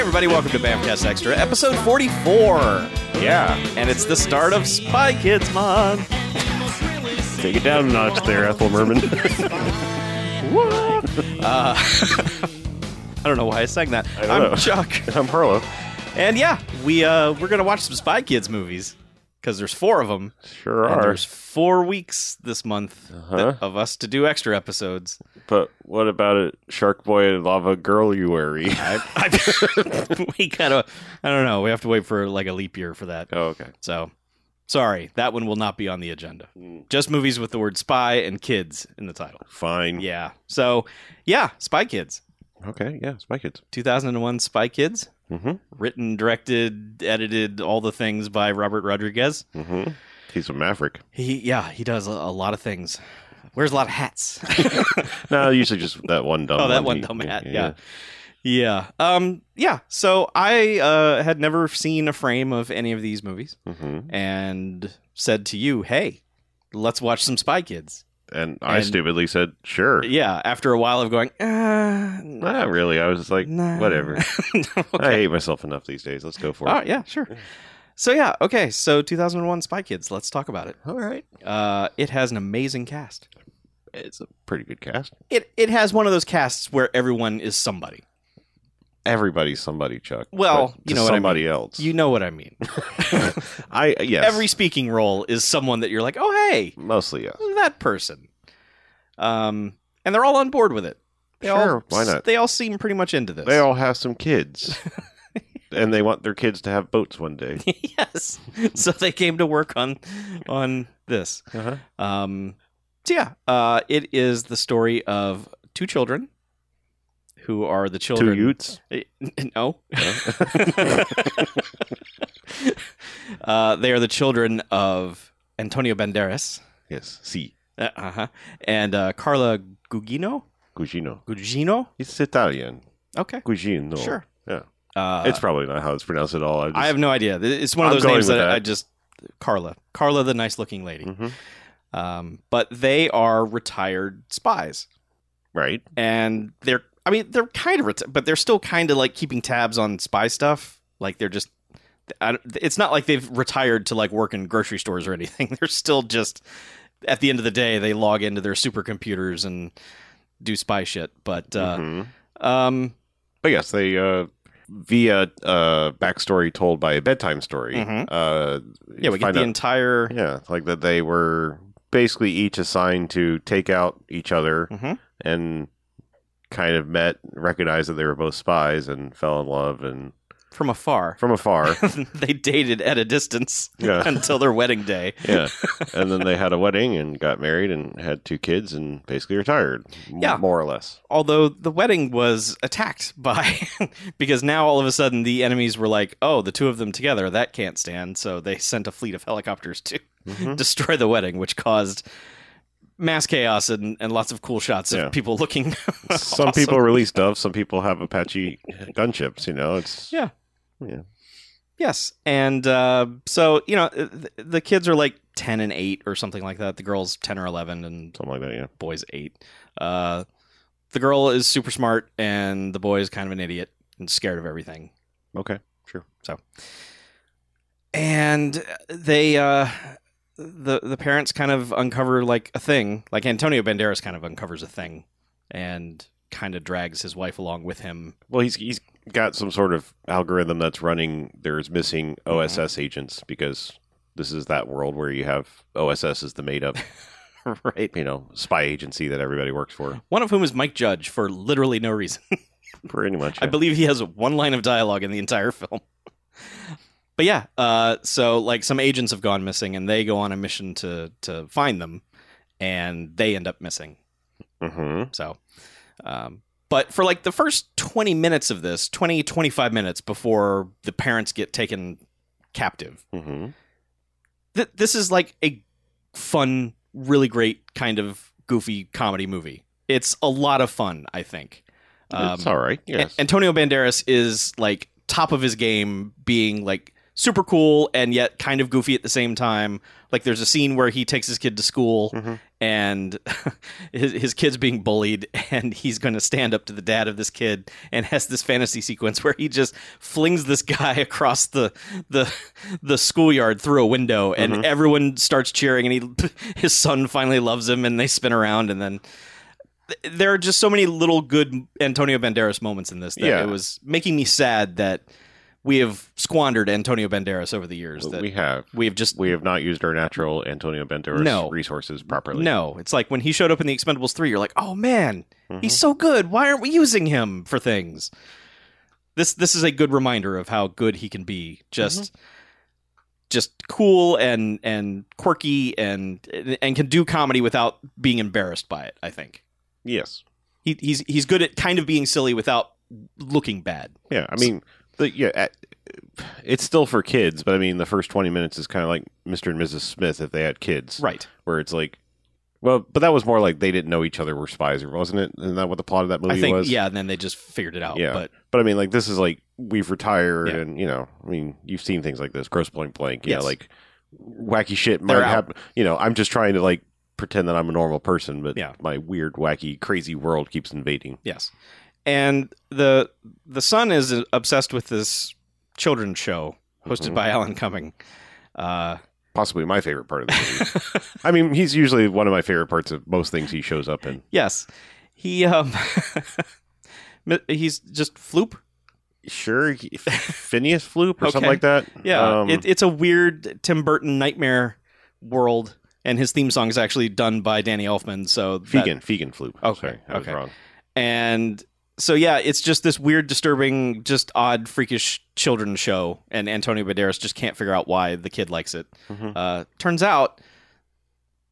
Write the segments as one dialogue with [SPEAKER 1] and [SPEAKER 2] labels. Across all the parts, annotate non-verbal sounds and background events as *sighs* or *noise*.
[SPEAKER 1] everybody. Welcome to Bamcast Extra, episode 44.
[SPEAKER 2] Yeah.
[SPEAKER 1] And it's the start of Spy Kids Month.
[SPEAKER 2] Take it down a notch there, Ethel Merman.
[SPEAKER 1] I don't know why I sang that.
[SPEAKER 2] don't
[SPEAKER 1] I'm
[SPEAKER 2] know. *laughs*
[SPEAKER 1] Chuck.
[SPEAKER 2] I'm Harlow.
[SPEAKER 1] And yeah, we, uh, we're going to watch some Spy Kids movies because there's four of them.
[SPEAKER 2] Sure
[SPEAKER 1] And
[SPEAKER 2] are.
[SPEAKER 1] there's four weeks this month
[SPEAKER 2] Uh-huh.
[SPEAKER 1] of us to do extra episodes. *laughs*
[SPEAKER 2] But what about it, Shark Boy and Lava Girl you worry?
[SPEAKER 1] *laughs* I, I, we kind of, I don't know. We have to wait for like a leap year for that.
[SPEAKER 2] oh, okay.
[SPEAKER 1] So sorry, that one will not be on the agenda.
[SPEAKER 2] Mm.
[SPEAKER 1] Just movies with the word spy and kids in the title.
[SPEAKER 2] Fine.
[SPEAKER 1] Yeah. So yeah, Spy Kids.
[SPEAKER 2] Okay, yeah, Spy Kids.
[SPEAKER 1] 2001 Spy Kids,
[SPEAKER 2] Mhm.
[SPEAKER 1] Mm-hmm, written, directed, edited, all the things by Robert Rodriguez.
[SPEAKER 2] Mm-hmm. He's a maverick.
[SPEAKER 1] He, yeah, he does a, a lot of things. Wears a lot of hats. *laughs*
[SPEAKER 2] No, usually just that one dumb
[SPEAKER 1] oh, that
[SPEAKER 2] one.
[SPEAKER 1] one
[SPEAKER 2] He-
[SPEAKER 1] dumb hat. Yeah. yeah, Um, yeah. So I uh, had never seen a frame of any of these movies,
[SPEAKER 2] yeah. Mhm.
[SPEAKER 1] and said to you, "Hey, let's watch some Spy Kids."
[SPEAKER 2] And I
[SPEAKER 1] And-
[SPEAKER 2] stupidly said, sure.
[SPEAKER 1] Yeah. After a while of going, uh,
[SPEAKER 2] Not really. I was just like,
[SPEAKER 1] nah. *laughs*
[SPEAKER 2] whatever.
[SPEAKER 1] okay.
[SPEAKER 2] I hate myself enough these days. Let's go for
[SPEAKER 1] Oh
[SPEAKER 2] it.
[SPEAKER 1] yeah, sure. So yeah, okay. So 2001 Spy Kids. Let's talk about it.
[SPEAKER 2] All right.
[SPEAKER 1] Uh, it has an amazing cast.
[SPEAKER 2] It's a pretty good cast.
[SPEAKER 1] It it has one of those casts where everyone is somebody.
[SPEAKER 2] Everybody's somebody, Chuck.
[SPEAKER 1] Well,
[SPEAKER 2] But
[SPEAKER 1] you
[SPEAKER 2] to
[SPEAKER 1] know what I mean.
[SPEAKER 2] somebody else.
[SPEAKER 1] You know what I *laughs* mean.
[SPEAKER 2] I yes.
[SPEAKER 1] Every speaking role is someone that you're like, oh hey,
[SPEAKER 2] mostly yes.
[SPEAKER 1] that person. Um, and they're all on board with it. They all,
[SPEAKER 2] Sure, why not?
[SPEAKER 1] They all seem pretty much into this.
[SPEAKER 2] They all have some kids. and they want their kids to have boats
[SPEAKER 1] *laughs*
[SPEAKER 2] one day.
[SPEAKER 1] *laughs* yes. so they came to work on on this.
[SPEAKER 2] Uh-huh.
[SPEAKER 1] Um, so yeah, uh, it is the story of two children who are the
[SPEAKER 2] Two
[SPEAKER 1] children.
[SPEAKER 2] Utes.
[SPEAKER 1] *laughs*
[SPEAKER 2] *laughs*
[SPEAKER 1] Eh, n- No.
[SPEAKER 2] No?
[SPEAKER 1] uh, they are the children of Antonio Banderas
[SPEAKER 2] Yes. Si.
[SPEAKER 1] uh, uh-huh, and uh, Carla Gugino.
[SPEAKER 2] Cugino.
[SPEAKER 1] Gugino.
[SPEAKER 2] It's Italian.
[SPEAKER 1] Okay.
[SPEAKER 2] Cugino.
[SPEAKER 1] Sure.
[SPEAKER 2] Yeah.
[SPEAKER 1] Uh,
[SPEAKER 2] it's probably not how it's pronounced at all. I, just,
[SPEAKER 1] I have no idea. Th- It's one of
[SPEAKER 2] I'm
[SPEAKER 1] those
[SPEAKER 2] going
[SPEAKER 1] names
[SPEAKER 2] with
[SPEAKER 1] that, I-
[SPEAKER 2] that.
[SPEAKER 1] I just Carla. Carla, the nice-looking lady.
[SPEAKER 2] Mhm.
[SPEAKER 1] Um, but they are retired spies.
[SPEAKER 2] Right.
[SPEAKER 1] and they're I mean they're kind of reti- but they're still kind of like keeping tabs on spy stuff. Like they're just I, don't- it's not like they've retired to like work in grocery stores or anything. *laughs* They're still just at the end of the day they log into their supercomputers and do spy shit. But uh,
[SPEAKER 2] Mhm.
[SPEAKER 1] um,
[SPEAKER 2] But yes, they uh via uh backstory told by a bedtime story.
[SPEAKER 1] Mhm.
[SPEAKER 2] Uh
[SPEAKER 1] yeah, we get
[SPEAKER 2] find
[SPEAKER 1] the
[SPEAKER 2] out-
[SPEAKER 1] entire
[SPEAKER 2] Yeah, like that they were basically each assigned to take out each other
[SPEAKER 1] Mhm.
[SPEAKER 2] and kind of met, recognized that they were both spies and fell in love and
[SPEAKER 1] from afar. *laughs*
[SPEAKER 2] from afar.
[SPEAKER 1] they dated at a distance
[SPEAKER 2] Yeah.
[SPEAKER 1] *laughs* until their wedding day.
[SPEAKER 2] yeah. And then they had a wedding and got married and had two kids and basically retired. m-
[SPEAKER 1] Yeah.
[SPEAKER 2] More or less.
[SPEAKER 1] although the wedding was attacked *laughs* by because now all of a sudden the enemies were like oh the two of them together that can't stand so they sent a fleet of helicopters to *laughs*
[SPEAKER 2] *laughs* Mhm.
[SPEAKER 1] destroy the wedding which caused mass chaos and, and lots of cool shots of
[SPEAKER 2] Yeah.
[SPEAKER 1] people looking *laughs*
[SPEAKER 2] Some
[SPEAKER 1] awesome.
[SPEAKER 2] people release stuff, some people have Apache gunships, you know. It's
[SPEAKER 1] Yeah.
[SPEAKER 2] yeah.
[SPEAKER 1] yes and uh, so you know th- the kids are like 10 and 8 or something like that the girls 10 or 11 and
[SPEAKER 2] something like that, yeah.
[SPEAKER 1] boy's 8 uh, the girl is super smart and the boy is kind of an idiot and scared of everything
[SPEAKER 2] Okay.
[SPEAKER 1] and they uh the the parents kind of uncover like a thing like antonio banderas kind of uncovers a thing and kind of drags his wife along with him
[SPEAKER 2] Well, he's he's got some sort of algorithm that's running. There's missing OSS
[SPEAKER 1] Mm-hmm.
[SPEAKER 2] agents because this is that world where you have OSS is the made up,
[SPEAKER 1] *laughs* right
[SPEAKER 2] you know, spy agency that everybody works for.
[SPEAKER 1] one of whom is mike judge for literally no reason *laughs*
[SPEAKER 2] Pretty much.
[SPEAKER 1] i believe he has one line of dialogue in the entire film *laughs* but yeah uh so like some agents have gone missing and they go on a mission to to find them and they end up missing
[SPEAKER 2] hmm
[SPEAKER 1] So, um, but for like the first 20 minutes of this, 20, 25 minutes before the parents get taken captive,
[SPEAKER 2] hmm
[SPEAKER 1] th- this is like a fun, really great kind of goofy comedy movie. It's a lot of fun, I think. Um,
[SPEAKER 2] it's all right.
[SPEAKER 1] A-
[SPEAKER 2] Yes.
[SPEAKER 1] Antonio Banderas is like top of his game, being like super cool and yet kind of goofy at the same time. Like there's a scene where he takes his kid to school
[SPEAKER 2] Mhm.
[SPEAKER 1] and *laughs* his his kid's being bullied and he's going to stand up to the dad of this kid and has this fantasy sequence where he just flings this guy *laughs* across the the the schoolyard through a window and everyone starts cheering and he his son finally loves him and they spin around and then there are just so many little good Antonio Banderas moments in this that
[SPEAKER 2] Yeah.
[SPEAKER 1] it was making me sad that we have squandered Antonio Banderas over the years. That
[SPEAKER 2] we
[SPEAKER 1] we,
[SPEAKER 2] have
[SPEAKER 1] have just
[SPEAKER 2] we have not used our natural Antonio Banderas
[SPEAKER 1] No.
[SPEAKER 2] resources properly.
[SPEAKER 1] no. It's like when he showed up in the Expendables three, you're like, oh man,
[SPEAKER 2] Mm-hmm.
[SPEAKER 1] he's so good. Why aren't we using him for things? This this is a good reminder of how good he can be. Just.
[SPEAKER 2] Mm-hmm.
[SPEAKER 1] Just cool and and quirky and and can do comedy without being embarrassed by it. I think
[SPEAKER 2] Yes.
[SPEAKER 1] he, he's he's good at kind of being silly without looking bad.
[SPEAKER 2] Yeah. I mean, the, yeah, at, it's still for kids, but I mean, the first twenty minutes is kind of like Mr. and Mrs. Smith if they had kids,
[SPEAKER 1] Right.
[SPEAKER 2] Where it's like, well, but that was more like they didn't know each other were spies, wasn't it? Isn't that what the plot of that movie
[SPEAKER 1] I think
[SPEAKER 2] was?
[SPEAKER 1] yeah, and then they just figured it out.
[SPEAKER 2] Yeah.
[SPEAKER 1] But
[SPEAKER 2] But I mean, like this is like we've retired,
[SPEAKER 1] Yeah.
[SPEAKER 2] and you know, I mean, you've seen things like this, gross blank blank, yeah,
[SPEAKER 1] Yes.
[SPEAKER 2] like wacky shit
[SPEAKER 1] They're
[SPEAKER 2] might
[SPEAKER 1] out.
[SPEAKER 2] happen. You know, I'm just trying to like pretend that I'm a normal person, but
[SPEAKER 1] Yeah.
[SPEAKER 2] my weird, wacky, crazy world keeps invading.
[SPEAKER 1] yes. And the the son is uh, obsessed with this children's show hosted
[SPEAKER 2] Mhm.
[SPEAKER 1] by Alan Cumming. Uh,
[SPEAKER 2] Possibly my favorite part of the movie. *laughs* I mean, he's usually one of my favorite parts of most things he shows up in.
[SPEAKER 1] yes, he um, *laughs* he's just floop. *laughs*
[SPEAKER 2] Sure, he- Phineas Floop or
[SPEAKER 1] Okay.
[SPEAKER 2] something like that.
[SPEAKER 1] Yeah,
[SPEAKER 2] Um,
[SPEAKER 1] it, it's a weird Tim Burton nightmare world, and his theme song is actually done by Danny Elfman. So that-
[SPEAKER 2] Fegan, Fegan Floop.
[SPEAKER 1] Okay,
[SPEAKER 2] Sorry, I was
[SPEAKER 1] okay.
[SPEAKER 2] wrong.
[SPEAKER 1] and so yeah, it's just this weird, disturbing, just odd, freakish children's show, and Antonio Banderas just can't figure out why the kid likes it.
[SPEAKER 2] Mhm.
[SPEAKER 1] Uh, turns out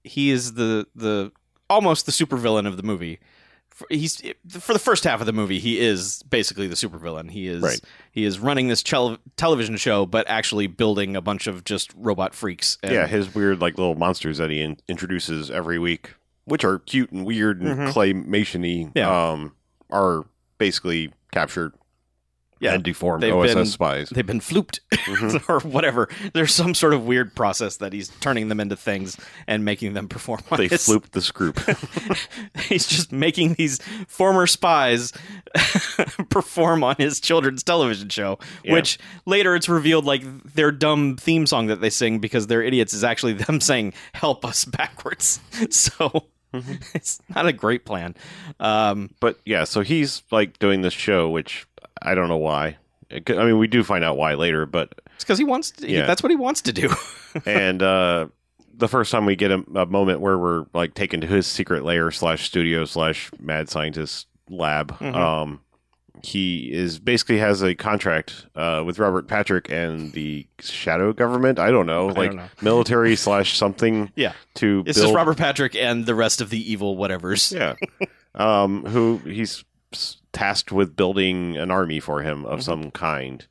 [SPEAKER 1] he is the the almost the supervillain of the movie. For, he's for the first half of the movie, he is basically the supervillain. He is
[SPEAKER 2] Right.
[SPEAKER 1] he is running this chel- television show, but actually building a bunch of just robot freaks. And
[SPEAKER 2] yeah, his weird like little monsters that he in- introduces every week, which are cute and weird and
[SPEAKER 1] Mhm.
[SPEAKER 2] claymationy,
[SPEAKER 1] Yeah.
[SPEAKER 2] um, are basically captured
[SPEAKER 1] Yeah,
[SPEAKER 2] and deformed
[SPEAKER 1] they've
[SPEAKER 2] OSS
[SPEAKER 1] been- *laughs*
[SPEAKER 2] spies. *laughs*
[SPEAKER 1] they've been flooped
[SPEAKER 2] Hmm.
[SPEAKER 1] *laughs* or whatever. There's some sort of weird process that he's turning them into things and making them perform. on
[SPEAKER 2] They
[SPEAKER 1] his-
[SPEAKER 2] flooped this group.
[SPEAKER 1] *laughs* he's just making these former spies *laughs* perform on his children's television show,
[SPEAKER 2] Yeah.
[SPEAKER 1] which later it's revealed like their dumb theme song that they sing because they're idiots is actually them *laughs* saying "Help us" backwards. *laughs* So
[SPEAKER 2] Mm-hmm.
[SPEAKER 1] *laughs* it's not a great plan. Um,
[SPEAKER 2] but yeah, so he's like doing this show, which I don't know why. It could- I mean, we do find out why later, but
[SPEAKER 1] it's because he wants. To, he-
[SPEAKER 2] Yeah.
[SPEAKER 1] that's what he wants to do. *laughs*
[SPEAKER 2] and uh, the first time we get a, a moment where we're like taken to his secret lair slash studio slash mad scientist lab,
[SPEAKER 1] Mhm.
[SPEAKER 2] um, he is basically has a contract uh, with Robert Patrick and the shadow government. I don't know,
[SPEAKER 1] don't
[SPEAKER 2] like
[SPEAKER 1] know. *laughs*
[SPEAKER 2] military slash something.
[SPEAKER 1] Yeah.
[SPEAKER 2] to
[SPEAKER 1] It's
[SPEAKER 2] build,
[SPEAKER 1] just Robert Patrick and the rest of the evil whatevers.
[SPEAKER 2] Yeah, um, who he's s- tasked with building an army for him of
[SPEAKER 1] Mhm.
[SPEAKER 2] some kind.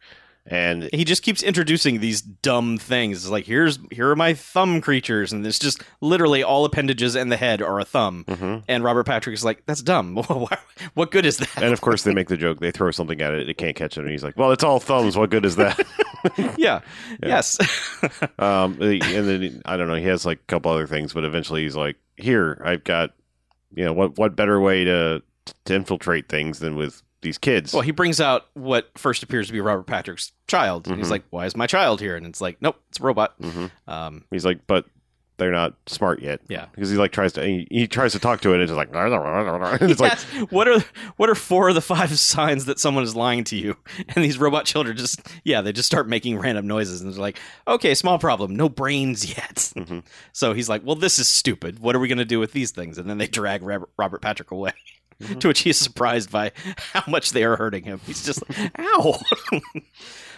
[SPEAKER 2] And
[SPEAKER 1] he just keeps introducing these dumb things. It's like here's here are my thumb creatures, and it's just literally all appendages and the head are a thumb.
[SPEAKER 2] Mhm.
[SPEAKER 1] And Robert Patrick is like, that's dumb. *laughs* Why- what good is that?
[SPEAKER 2] And of course, they make the joke. They throw something at it. It can't catch it. And he's like, "Well, it's all thumbs. What good is that?"
[SPEAKER 1] *laughs* yeah.
[SPEAKER 2] Yeah.
[SPEAKER 1] Yes. *laughs*
[SPEAKER 2] um, and then I don't know. He has like a couple other things, but eventually he's like, "Here, I've got, you know, what what better way to to infiltrate things than with these kids?"
[SPEAKER 1] well, he brings out what first appears to be Robert Patrick's child. And
[SPEAKER 2] Mhm.
[SPEAKER 1] He's like, why is my child here? And it's like, nope, it's a robot.
[SPEAKER 2] hmm
[SPEAKER 1] Um,
[SPEAKER 2] He's like, "But they're not smart yet."
[SPEAKER 1] Yeah.
[SPEAKER 2] because he like tries to he, he tries to talk to it, and it's just like, *laughs* and it's like,
[SPEAKER 1] yes. what are what are four of the five signs that someone is lying to you? *laughs* And these robot children just yeah, they just start making random noises and they're like, okay, small problem, no brains yet.
[SPEAKER 2] Mhm.
[SPEAKER 1] *laughs* So he's like, well, this is stupid. What are we gonna do with these things? And then they drag Rab- Robert Patrick away.
[SPEAKER 2] Mhm.
[SPEAKER 1] To *laughs* which he is surprised by *laughs* how much they are hurting him. He's just like, ow. *laughs*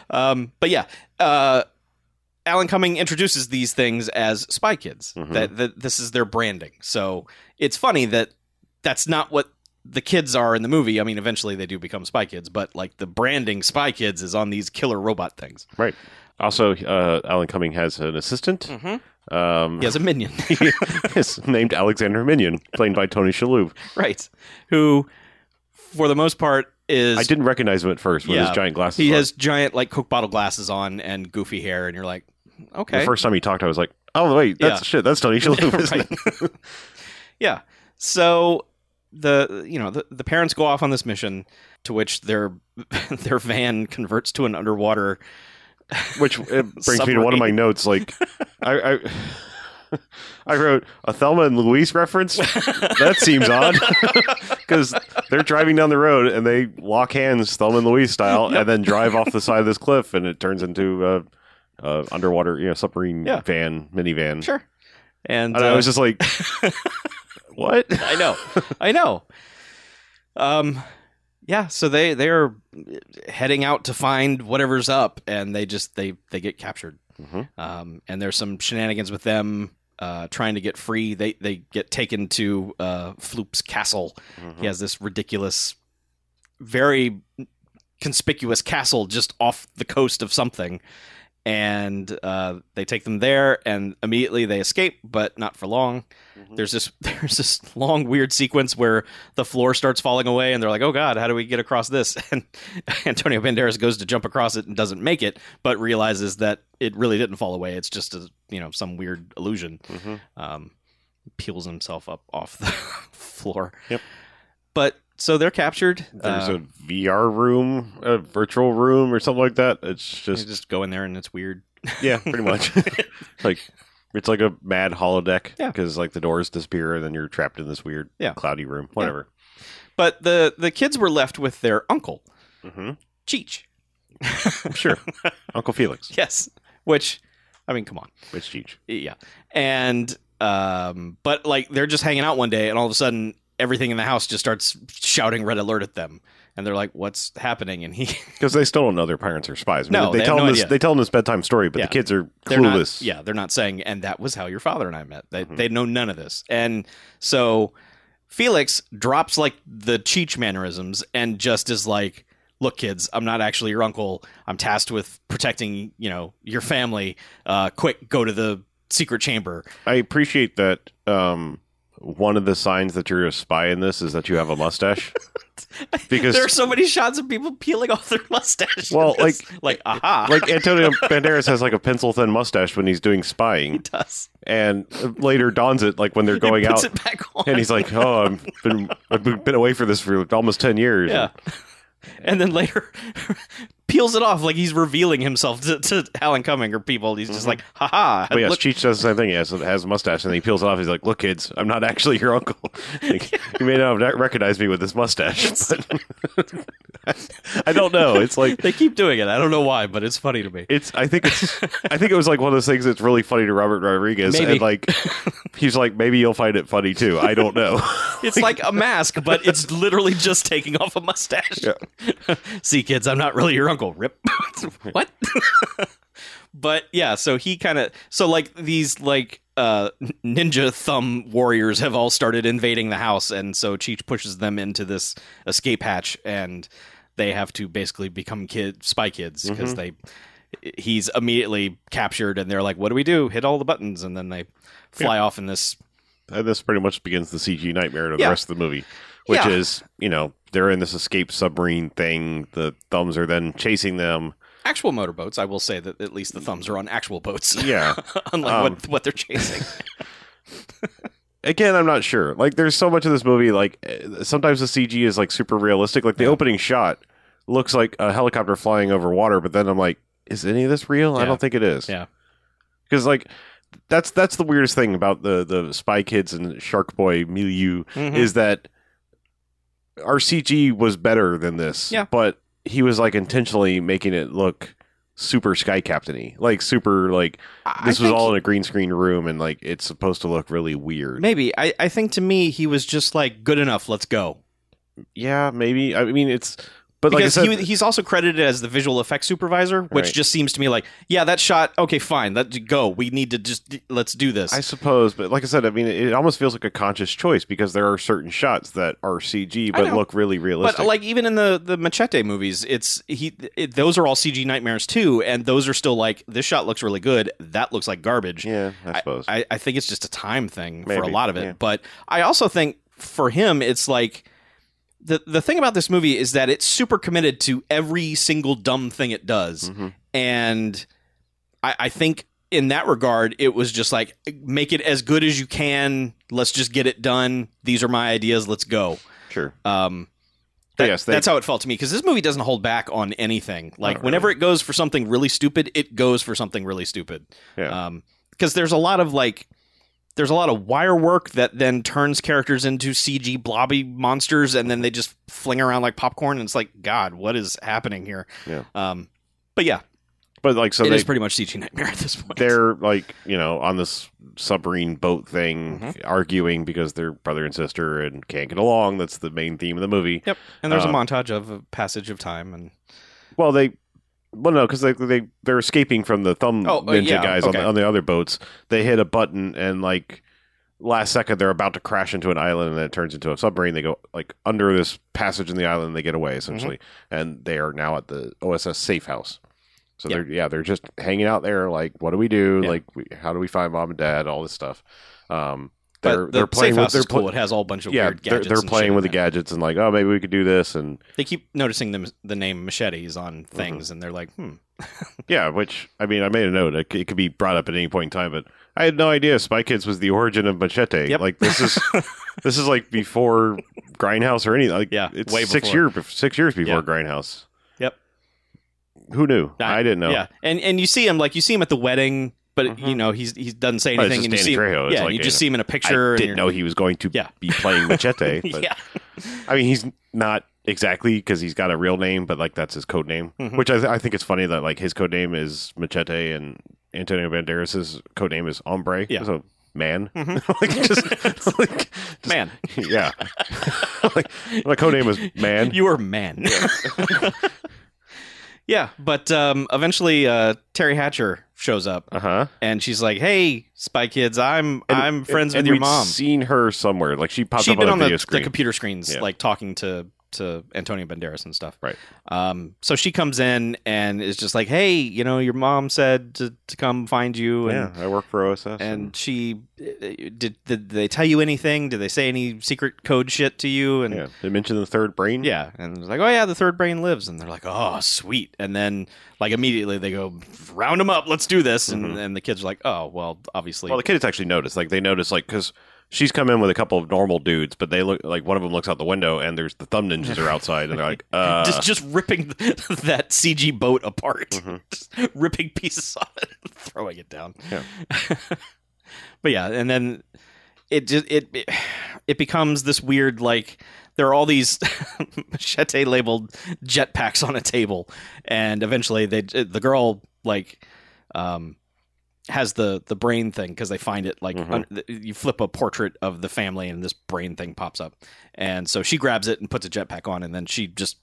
[SPEAKER 1] um, but yeah, uh, Alan Cumming introduces these things as spy kids.
[SPEAKER 2] Mhm.
[SPEAKER 1] That, that this is their branding. So it's funny that that's not what the kids are in the movie. I mean, eventually they do become spy kids, but like the branding spy kids is on these killer robot things.
[SPEAKER 2] right. Also, uh, Alan Cumming has an assistant.
[SPEAKER 1] Mm-hmm.
[SPEAKER 2] Um,
[SPEAKER 1] He
[SPEAKER 2] *laughs*
[SPEAKER 1] has a minion, *laughs*
[SPEAKER 2] is named Alexander Minion, played by Tony Shalhoub.
[SPEAKER 1] right? Who, for the most part, is
[SPEAKER 2] I didn't recognize him at first with his
[SPEAKER 1] Yeah.
[SPEAKER 2] giant glasses.
[SPEAKER 1] he
[SPEAKER 2] on.
[SPEAKER 1] has giant like Coke bottle glasses on and goofy hair, and you're like, okay,
[SPEAKER 2] The first time he talked, I was like, "Oh wait, that's shit.
[SPEAKER 1] *laughs*
[SPEAKER 2] That's Tanisha Loomis."
[SPEAKER 1] Right. yeah. So the you know the, the parents go off on this mission to which their *laughs* their van converts to an underwater *laughs*
[SPEAKER 2] Which it brings me to one of my
[SPEAKER 1] Submarine.
[SPEAKER 2] notes. Like, I, I, *laughs* I wrote a Thelma and Louise reference. That seems odd *laughs* because they're driving down the road and they lock hands, Thelma and Louise style, and then drive off the side of this cliff, and it turns into a, a underwater, you know, submarine
[SPEAKER 1] Yeah.
[SPEAKER 2] van, minivan.
[SPEAKER 1] sure. And,
[SPEAKER 2] And I
[SPEAKER 1] uh,
[SPEAKER 2] was
[SPEAKER 1] *laughs*
[SPEAKER 2] just like, what?
[SPEAKER 1] I know. I
[SPEAKER 2] *laughs*
[SPEAKER 1] know. Um yeah, so they they're heading out to find whatever's up and they just they they get captured.
[SPEAKER 2] Mhm.
[SPEAKER 1] Um and there's some shenanigans with them uh trying to get free. They they get taken to uh Floop's castle.
[SPEAKER 2] mm-hmm,
[SPEAKER 1] He has this ridiculous very conspicuous castle just off the coast of something. And uh, they take them there, and immediately they escape, but not for long
[SPEAKER 2] Mhm.
[SPEAKER 1] there's this *laughs* there's this long weird sequence where the floor starts falling away and they're like oh god how do we get across this *laughs* and antonio banderas goes to jump across it and doesn't make it but realizes that it really didn't fall away it's just a you know some weird illusion
[SPEAKER 2] Mhm.
[SPEAKER 1] um, peels himself up off the *laughs* floor
[SPEAKER 2] Yep.
[SPEAKER 1] but so they're captured
[SPEAKER 2] There's
[SPEAKER 1] Uh,
[SPEAKER 2] a VR room, a virtual room, or something like that. It's
[SPEAKER 1] they
[SPEAKER 2] just
[SPEAKER 1] just go in there and it's weird
[SPEAKER 2] Yeah, *laughs* pretty much. like it's like a mad holodeck
[SPEAKER 1] Yeah.
[SPEAKER 2] because like the doors disappear and then you're trapped in this weird
[SPEAKER 1] Yeah.
[SPEAKER 2] cloudy room, whatever.
[SPEAKER 1] but the the kids were left with their uncle
[SPEAKER 2] Mm-hmm.
[SPEAKER 1] cheech
[SPEAKER 2] *laughs* Sure, Uncle Felix,
[SPEAKER 1] yes which i mean come on
[SPEAKER 2] it's Cheech.
[SPEAKER 1] Yeah. And um but like they're just hanging out one day and all of a sudden everything in the house just starts shouting red alert at them. And they're like, What's happening? And he *laughs*
[SPEAKER 2] Because they still don't know their parents are spies. I mean,
[SPEAKER 1] No, they
[SPEAKER 2] tell
[SPEAKER 1] have no
[SPEAKER 2] them this.
[SPEAKER 1] idea.
[SPEAKER 2] They tell them this bedtime story, but
[SPEAKER 1] Yeah.
[SPEAKER 2] the kids are
[SPEAKER 1] they're
[SPEAKER 2] clueless.
[SPEAKER 1] not Yeah, they're not saying, and that was how your father and I met. They
[SPEAKER 2] Mhm.
[SPEAKER 1] they know none of this. And so Felix drops like the Cheech mannerisms and just is like Look, kids, I'm not actually your uncle. I'm tasked with protecting, you know, your family. Uh, quick, go to the secret chamber.
[SPEAKER 2] I appreciate that. Um, one of the signs that you're a spy in this is that you have
[SPEAKER 1] *laughs*
[SPEAKER 2] a mustache. Because
[SPEAKER 1] there are so many shots of people peeling off their *laughs* mustache. in
[SPEAKER 2] Well,
[SPEAKER 1] this. like aha, *laughs*
[SPEAKER 2] like Antonio Banderas has like a pencil thin mustache when he's doing spying,
[SPEAKER 1] does.
[SPEAKER 2] and uh, later dons it like when they're going
[SPEAKER 1] he
[SPEAKER 2] out.
[SPEAKER 1] puts it back on,
[SPEAKER 2] and he's like, "Oh, I've been I've been been away for this for almost ten years."
[SPEAKER 1] yeah, *laughs* and then later *laughs* peels it off like he's revealing himself to, to Alan Cumming or people. He's just like, haha,
[SPEAKER 2] Mm-hmm. But yes,
[SPEAKER 1] look,
[SPEAKER 2] Cheech does the same thing. He has, has a mustache, and then he peels it off. He's like, "Look, kids, I'm not actually your uncle. *laughs* Like, You may not have recognized me with this mustache, but *laughs* I don't know. It's
[SPEAKER 1] *laughs*
[SPEAKER 2] like
[SPEAKER 1] they keep doing it. I don't know why, but it's funny to me.
[SPEAKER 2] it's. I think it's. I think it was like one of those things that's really funny to Robert Rodriguez,
[SPEAKER 1] Maybe.
[SPEAKER 2] and like he's like, maybe you'll find it funny too. I don't know. *laughs*
[SPEAKER 1] It's like a mask, but it's literally just taking off a mustache. *laughs* See, kids, I'm not really your uncle. Rip. *laughs* what? but yeah, so he kind of so like these like uh ninja thumb warriors have all started invading the house, and so Cheech pushes them into this escape hatch, and they have to basically become kid spy kids because they he's immediately captured, and they're like, "What do we do? Hit all the buttons," and then they fly off in this
[SPEAKER 2] And Uh, this pretty much begins the CG nightmare of
[SPEAKER 1] Yeah.
[SPEAKER 2] the rest of the movie, which
[SPEAKER 1] Yeah.
[SPEAKER 2] is, you know, they're in this escape submarine thing. The thumbs are then chasing them.
[SPEAKER 1] actual motorboats. I will say that at least the thumbs are on actual boats, *laughs*
[SPEAKER 2] Yeah.
[SPEAKER 1] unlike
[SPEAKER 2] Um,
[SPEAKER 1] what what they're chasing.
[SPEAKER 2] *laughs* Again, I'm not sure. Like, there's so much of this movie. Like, eh, sometimes the CG is like super realistic. Like, the opening shot looks like a helicopter flying over water, but then I'm like, is any of this real? I
[SPEAKER 1] Yeah.
[SPEAKER 2] don't think it is.
[SPEAKER 1] Yeah.
[SPEAKER 2] Because, like, that's that's the weirdest thing about the the Spy Kids and Shark Boy milieu
[SPEAKER 1] Mhm.
[SPEAKER 2] is that our CG was better than this.
[SPEAKER 1] Yeah.
[SPEAKER 2] But he was like intentionally making it look super sky captainy. Like super like
[SPEAKER 1] I- I
[SPEAKER 2] this was
[SPEAKER 1] think
[SPEAKER 2] all in a green screen room and like it's supposed to look really weird.
[SPEAKER 1] Maybe. I, I think to me, he was just like, good enough, let's go.
[SPEAKER 2] yeah, maybe. I mean it's but
[SPEAKER 1] Because
[SPEAKER 2] like I said,
[SPEAKER 1] he, he's also credited as the visual effects supervisor, which
[SPEAKER 2] Right.
[SPEAKER 1] just seems to me like, yeah, that shot, okay, fine, let's go. We need to just, let's do this.
[SPEAKER 2] I suppose, but like I said, I mean it almost feels like a conscious choice because there are certain shots that are CG
[SPEAKER 1] I
[SPEAKER 2] but
[SPEAKER 1] know.
[SPEAKER 2] look really
[SPEAKER 1] but
[SPEAKER 2] realistic.
[SPEAKER 1] like even in the the machete movies, it's he it, those are all CG nightmares too, and those are still like this shot looks really good, that looks like garbage.
[SPEAKER 2] yeah, I suppose.
[SPEAKER 1] I, I think it's just a time thing for a
[SPEAKER 2] Maybe,
[SPEAKER 1] lot of it.
[SPEAKER 2] yeah.
[SPEAKER 1] But I also think for him, it's like the the thing about this movie is that it's super committed to every single dumb thing it does,
[SPEAKER 2] Mhm.
[SPEAKER 1] and I, I think in that regard, it was just like make it as good as you can. Let's just get it done. These are my ideas. Let's go.
[SPEAKER 2] Sure.
[SPEAKER 1] Um,
[SPEAKER 2] But
[SPEAKER 1] that-
[SPEAKER 2] yes, they-
[SPEAKER 1] that's how it felt to me because this movie doesn't hold back on anything. Like
[SPEAKER 2] Not
[SPEAKER 1] whenever it goes for something really stupid, it goes for something really stupid.
[SPEAKER 2] Yeah.
[SPEAKER 1] Um, because there's a lot of like, there's a lot of wire work that then turns characters into CG blobby monsters, and then they just fling around like popcorn, and it's like, God, what is happening here?
[SPEAKER 2] Yeah.
[SPEAKER 1] Um, but yeah,
[SPEAKER 2] But like, so
[SPEAKER 1] it is
[SPEAKER 2] they
[SPEAKER 1] pretty much CG nightmare at this *laughs* point.
[SPEAKER 2] they're like you know on this submarine boat thing arguing because they're brother and sister and can't get along. That's the main theme of the movie.
[SPEAKER 1] Yep. And there's
[SPEAKER 2] Um,
[SPEAKER 1] a montage of a passage of time, and
[SPEAKER 2] Well, they. Well, no, because they they they're escaping from the thumb
[SPEAKER 1] Oh, oh,
[SPEAKER 2] ninja
[SPEAKER 1] yeah,
[SPEAKER 2] guys on
[SPEAKER 1] okay.
[SPEAKER 2] the on the other boats. They hit a button and like last second they're about to crash into an island and then it turns into a submarine. They go like under this passage in the island and they get away essentially, and they are now at the OSS safe house. So
[SPEAKER 1] Mm-hmm. Yeah.
[SPEAKER 2] they're yeah they're just hanging out there like what do we do
[SPEAKER 1] Yeah.
[SPEAKER 2] like we, how do we find mom and dad all this stuff. Um,
[SPEAKER 1] but
[SPEAKER 2] they're
[SPEAKER 1] the
[SPEAKER 2] they're playing
[SPEAKER 1] safe
[SPEAKER 2] with
[SPEAKER 1] house
[SPEAKER 2] they're
[SPEAKER 1] is cool.
[SPEAKER 2] pl-
[SPEAKER 1] It has all bunch of
[SPEAKER 2] yeah
[SPEAKER 1] weird
[SPEAKER 2] they're,
[SPEAKER 1] gadgets.
[SPEAKER 2] they're
[SPEAKER 1] and
[SPEAKER 2] playing
[SPEAKER 1] shit
[SPEAKER 2] with
[SPEAKER 1] in
[SPEAKER 2] the
[SPEAKER 1] it.
[SPEAKER 2] gadgets and like oh maybe we could do this and
[SPEAKER 1] They keep noticing them the name machetes on
[SPEAKER 2] Mm-hmm.
[SPEAKER 1] things, and they're like, hmm.
[SPEAKER 2] Yeah, which I mean, I made a note. It, c- it could be brought up at any point in time, but I had no idea Spy Kids was the origin of machete.
[SPEAKER 1] Yep.
[SPEAKER 2] Like
[SPEAKER 1] *laughs*
[SPEAKER 2] this is this is like before Grindhouse or anything. Like
[SPEAKER 1] Yeah,
[SPEAKER 2] it's
[SPEAKER 1] way
[SPEAKER 2] six
[SPEAKER 1] before.
[SPEAKER 2] year bef- six years before
[SPEAKER 1] Yeah.
[SPEAKER 2] Grindhouse.
[SPEAKER 1] Yep.
[SPEAKER 2] Who knew?
[SPEAKER 1] I-
[SPEAKER 2] I, didn't know.
[SPEAKER 1] Yeah, and and you see him like you see him at the wedding, but
[SPEAKER 2] Mhm.
[SPEAKER 1] you know he's he doesn't say
[SPEAKER 2] Well, Oh, it's
[SPEAKER 1] anything,
[SPEAKER 2] just
[SPEAKER 1] and you
[SPEAKER 2] Danny
[SPEAKER 1] see him,
[SPEAKER 2] Trejo. It's
[SPEAKER 1] yeah,
[SPEAKER 2] like,
[SPEAKER 1] you
[SPEAKER 2] you
[SPEAKER 1] just see him in a picture.
[SPEAKER 2] I
[SPEAKER 1] and
[SPEAKER 2] didn't
[SPEAKER 1] *laughs*
[SPEAKER 2] know
[SPEAKER 1] you're-
[SPEAKER 2] he was going to
[SPEAKER 1] Yeah.
[SPEAKER 2] be playing machete.
[SPEAKER 1] *laughs*
[SPEAKER 2] But, *laughs*
[SPEAKER 1] yeah,
[SPEAKER 2] I mean, he's not exactly because he's got a real name, but like that's his code name,
[SPEAKER 1] Mhm.
[SPEAKER 2] which I, th- I think it's funny that like his code name is Machete and Antonio Banderas's code name is Hombre.
[SPEAKER 1] Yeah.
[SPEAKER 2] So man,
[SPEAKER 1] Mhm.
[SPEAKER 2] *laughs* like just *laughs* like
[SPEAKER 1] *laughs*
[SPEAKER 2] just-
[SPEAKER 1] man,
[SPEAKER 2] yeah. *laughs* like, my code name is man.
[SPEAKER 1] you were man. *laughs* yeah, but um, eventually uh, Terry Hatcher shows up,
[SPEAKER 2] Uh huh.
[SPEAKER 1] and she's like, "Hey, Spy Kids, I'm I'm friends with your mom."
[SPEAKER 2] Seen her somewhere. Like she popped
[SPEAKER 1] She'd
[SPEAKER 2] up on,
[SPEAKER 1] been
[SPEAKER 2] a
[SPEAKER 1] on the,
[SPEAKER 2] video
[SPEAKER 1] the
[SPEAKER 2] screen.
[SPEAKER 1] computer screens,
[SPEAKER 2] Yeah.
[SPEAKER 1] like talking to to Antonio Banderas and stuff.
[SPEAKER 2] Right.
[SPEAKER 1] Um, so she comes in and is just like, "Hey, you know, your mom said to, to come find you." And,
[SPEAKER 2] yeah, I work for OSS.
[SPEAKER 1] and she eh, did, did they tell you anything did they say any secret code shit to you and
[SPEAKER 2] yeah, they mentioned the third brain.
[SPEAKER 1] yeah. and it's like oh yeah the third brain lives and they're like oh sweet and then like immediately they go round them up let's do this and,
[SPEAKER 2] Mhm.
[SPEAKER 1] and the kids are like oh well obviously
[SPEAKER 2] Well, the kids actually notice. Like they notice, like because she's come in with a couple of normal dudes, but they look like one of them looks out the window and there's the thumb ninjas are outside, and they're
[SPEAKER 1] *laughs*
[SPEAKER 2] like, uh,
[SPEAKER 1] just just ripping *laughs* that CG boat apart,
[SPEAKER 2] Mhm.
[SPEAKER 1] *laughs* just ripping pieces *laughs* off it, and throwing it down.
[SPEAKER 2] Yeah.
[SPEAKER 1] *laughs* but yeah, and then it just it, it it becomes this weird like there are all these *laughs* machete labeled jetpacks on a table, and eventually they the girl like um has the the brain thing because they find it like
[SPEAKER 2] Mhm.
[SPEAKER 1] un- th- you flip a portrait of the family and this brain thing pops up and so she grabs it and puts a jetpack on and then she just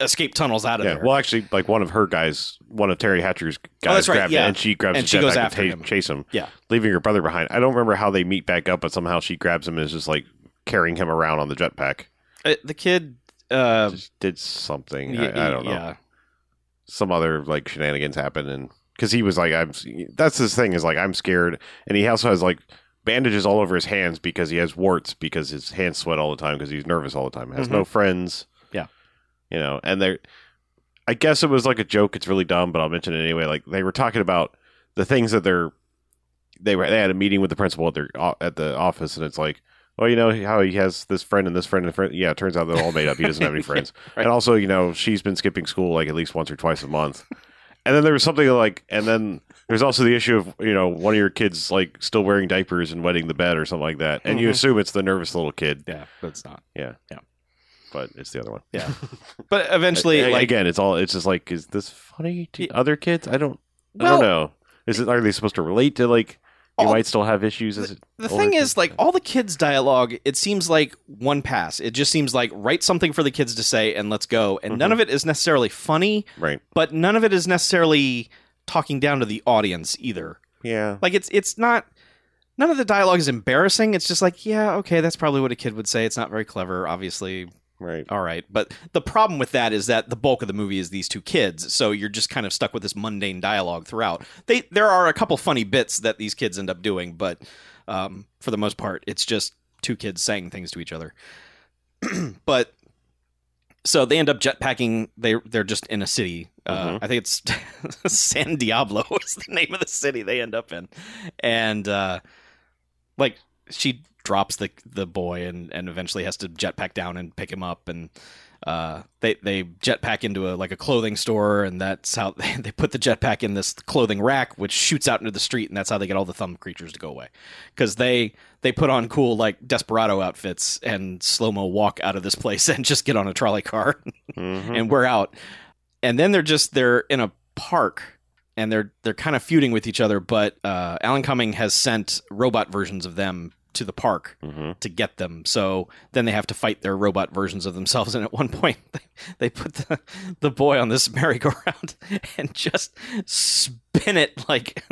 [SPEAKER 1] escape tunnels out of
[SPEAKER 2] yeah.
[SPEAKER 1] there Oh,
[SPEAKER 2] Well, actually, like one of her guys, one of Terry Hatcher's guys,
[SPEAKER 1] that's right,
[SPEAKER 2] grabbed it,
[SPEAKER 1] yeah.
[SPEAKER 2] and she grabs
[SPEAKER 1] And
[SPEAKER 2] a
[SPEAKER 1] she goes
[SPEAKER 2] jetpack
[SPEAKER 1] after
[SPEAKER 2] and ta-
[SPEAKER 1] him.
[SPEAKER 2] chase him.
[SPEAKER 1] Yeah.
[SPEAKER 2] leaving her brother behind. I don't remember how they meet back up, but somehow she grabs him and is just like carrying him around on the jetpack.
[SPEAKER 1] Uh, the kid uh
[SPEAKER 2] Just did something.
[SPEAKER 1] y-
[SPEAKER 2] I, I don't know.
[SPEAKER 1] yeah
[SPEAKER 2] some other like shenanigans happen and because he was like i'm that's his thing is like i'm scared and he also has like bandages all over his hands because he has warts because his hands sweat all the time because he's nervous all the time has no friends
[SPEAKER 1] Yeah.
[SPEAKER 2] you know and they're i guess it was like a joke it's really dumb but i'll mention it anyway like they were talking about the things that they're they were they had a meeting with the principal at their at the office and it's like well, you know how he has this friend and this friend and friend. Yeah, it turns out they're all made up. He doesn't
[SPEAKER 1] *laughs*
[SPEAKER 2] have any friends.
[SPEAKER 1] right.
[SPEAKER 2] And also, you know, she's been skipping school like at least once or twice a month. And then there was something like, and then there's also the issue of you know one of your kids like still wearing diapers and wetting the bed or something like that, and you
[SPEAKER 1] Mhm.
[SPEAKER 2] assume it's the nervous little kid,
[SPEAKER 1] yeah but it's not
[SPEAKER 2] but it's the other one.
[SPEAKER 1] but eventually
[SPEAKER 2] A- a-
[SPEAKER 1] like
[SPEAKER 2] again, it's all it's just like, is this funny to
[SPEAKER 1] Yeah.
[SPEAKER 2] other kids? I don't, I
[SPEAKER 1] Well-
[SPEAKER 2] don't know. Is it are they supposed to relate to like you
[SPEAKER 1] All-
[SPEAKER 2] might still have issues? As
[SPEAKER 1] the
[SPEAKER 2] older
[SPEAKER 1] thing is
[SPEAKER 2] kids?
[SPEAKER 1] like all the kids dialogue it seems like one pass it just seems like write something for the kids to say and let's go and none
[SPEAKER 2] Mhm.
[SPEAKER 1] of it is necessarily funny
[SPEAKER 2] right?
[SPEAKER 1] but none of it is necessarily talking down to the audience either
[SPEAKER 2] Yeah,
[SPEAKER 1] Like it's it's not none of the dialogue is embarrassing. It's just like, yeah, okay, that's probably what a kid would say. It's not very clever, obviously.
[SPEAKER 2] right.
[SPEAKER 1] All right. But the problem with that is that the bulk of the movie is these two kids, so you're just kind of stuck with this mundane dialogue throughout. They there are a couple funny bits that these kids end up doing, but um, for the most part, it's just two kids saying things to each other. *clears throat* but so they end up jetpacking. They they're just in a city. Uh, I think it's *laughs* San Diablo is the name of the city they end up in, and uh, like she drops the the boy and and eventually has to jetpack down and pick him up and. Uh, they they jetpack into a like a clothing store, and that's how *laughs* they, they put the jetpack in this clothing rack, which shoots out into the street, and that's how they get all the thumb creatures to go away, because they they put on cool like desperado outfits and slow mo walk out of this place *laughs* and just get on a trolley car
[SPEAKER 2] Mhm.
[SPEAKER 1] and we're out. And then they're just they're in a park and they're they're kind of feuding with each other. But uh, Alan Cumming has sent robot versions of them to the park
[SPEAKER 2] Mhm.
[SPEAKER 1] to get them. So then they have to fight their robot versions of themselves. And at one point, *laughs* they, they put the, the boy on this *laughs* merry-go-round and just spin it like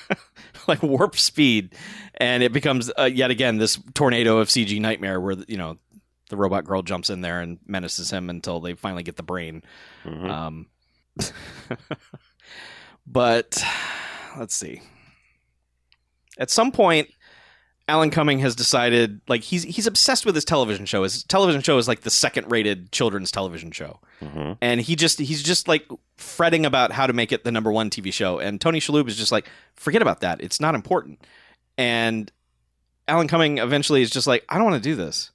[SPEAKER 1] *laughs* like warp speed, and it becomes uh, yet again this tornado of CG nightmare where you know the robot girl jumps in there and menaces him until they finally get the brain.
[SPEAKER 2] Mhm.
[SPEAKER 1] Um, but let's see. At some point, Alan Cumming has decided like he's he's obsessed with his television show. His television show is like the second rated children's television show,
[SPEAKER 2] Mhm.
[SPEAKER 1] and he just he's just like fretting about how to make it the number one TV show. And Tony Shalhoub is just like, forget about that. It's not important. And Alan Cumming eventually is just like, I don't want to do this.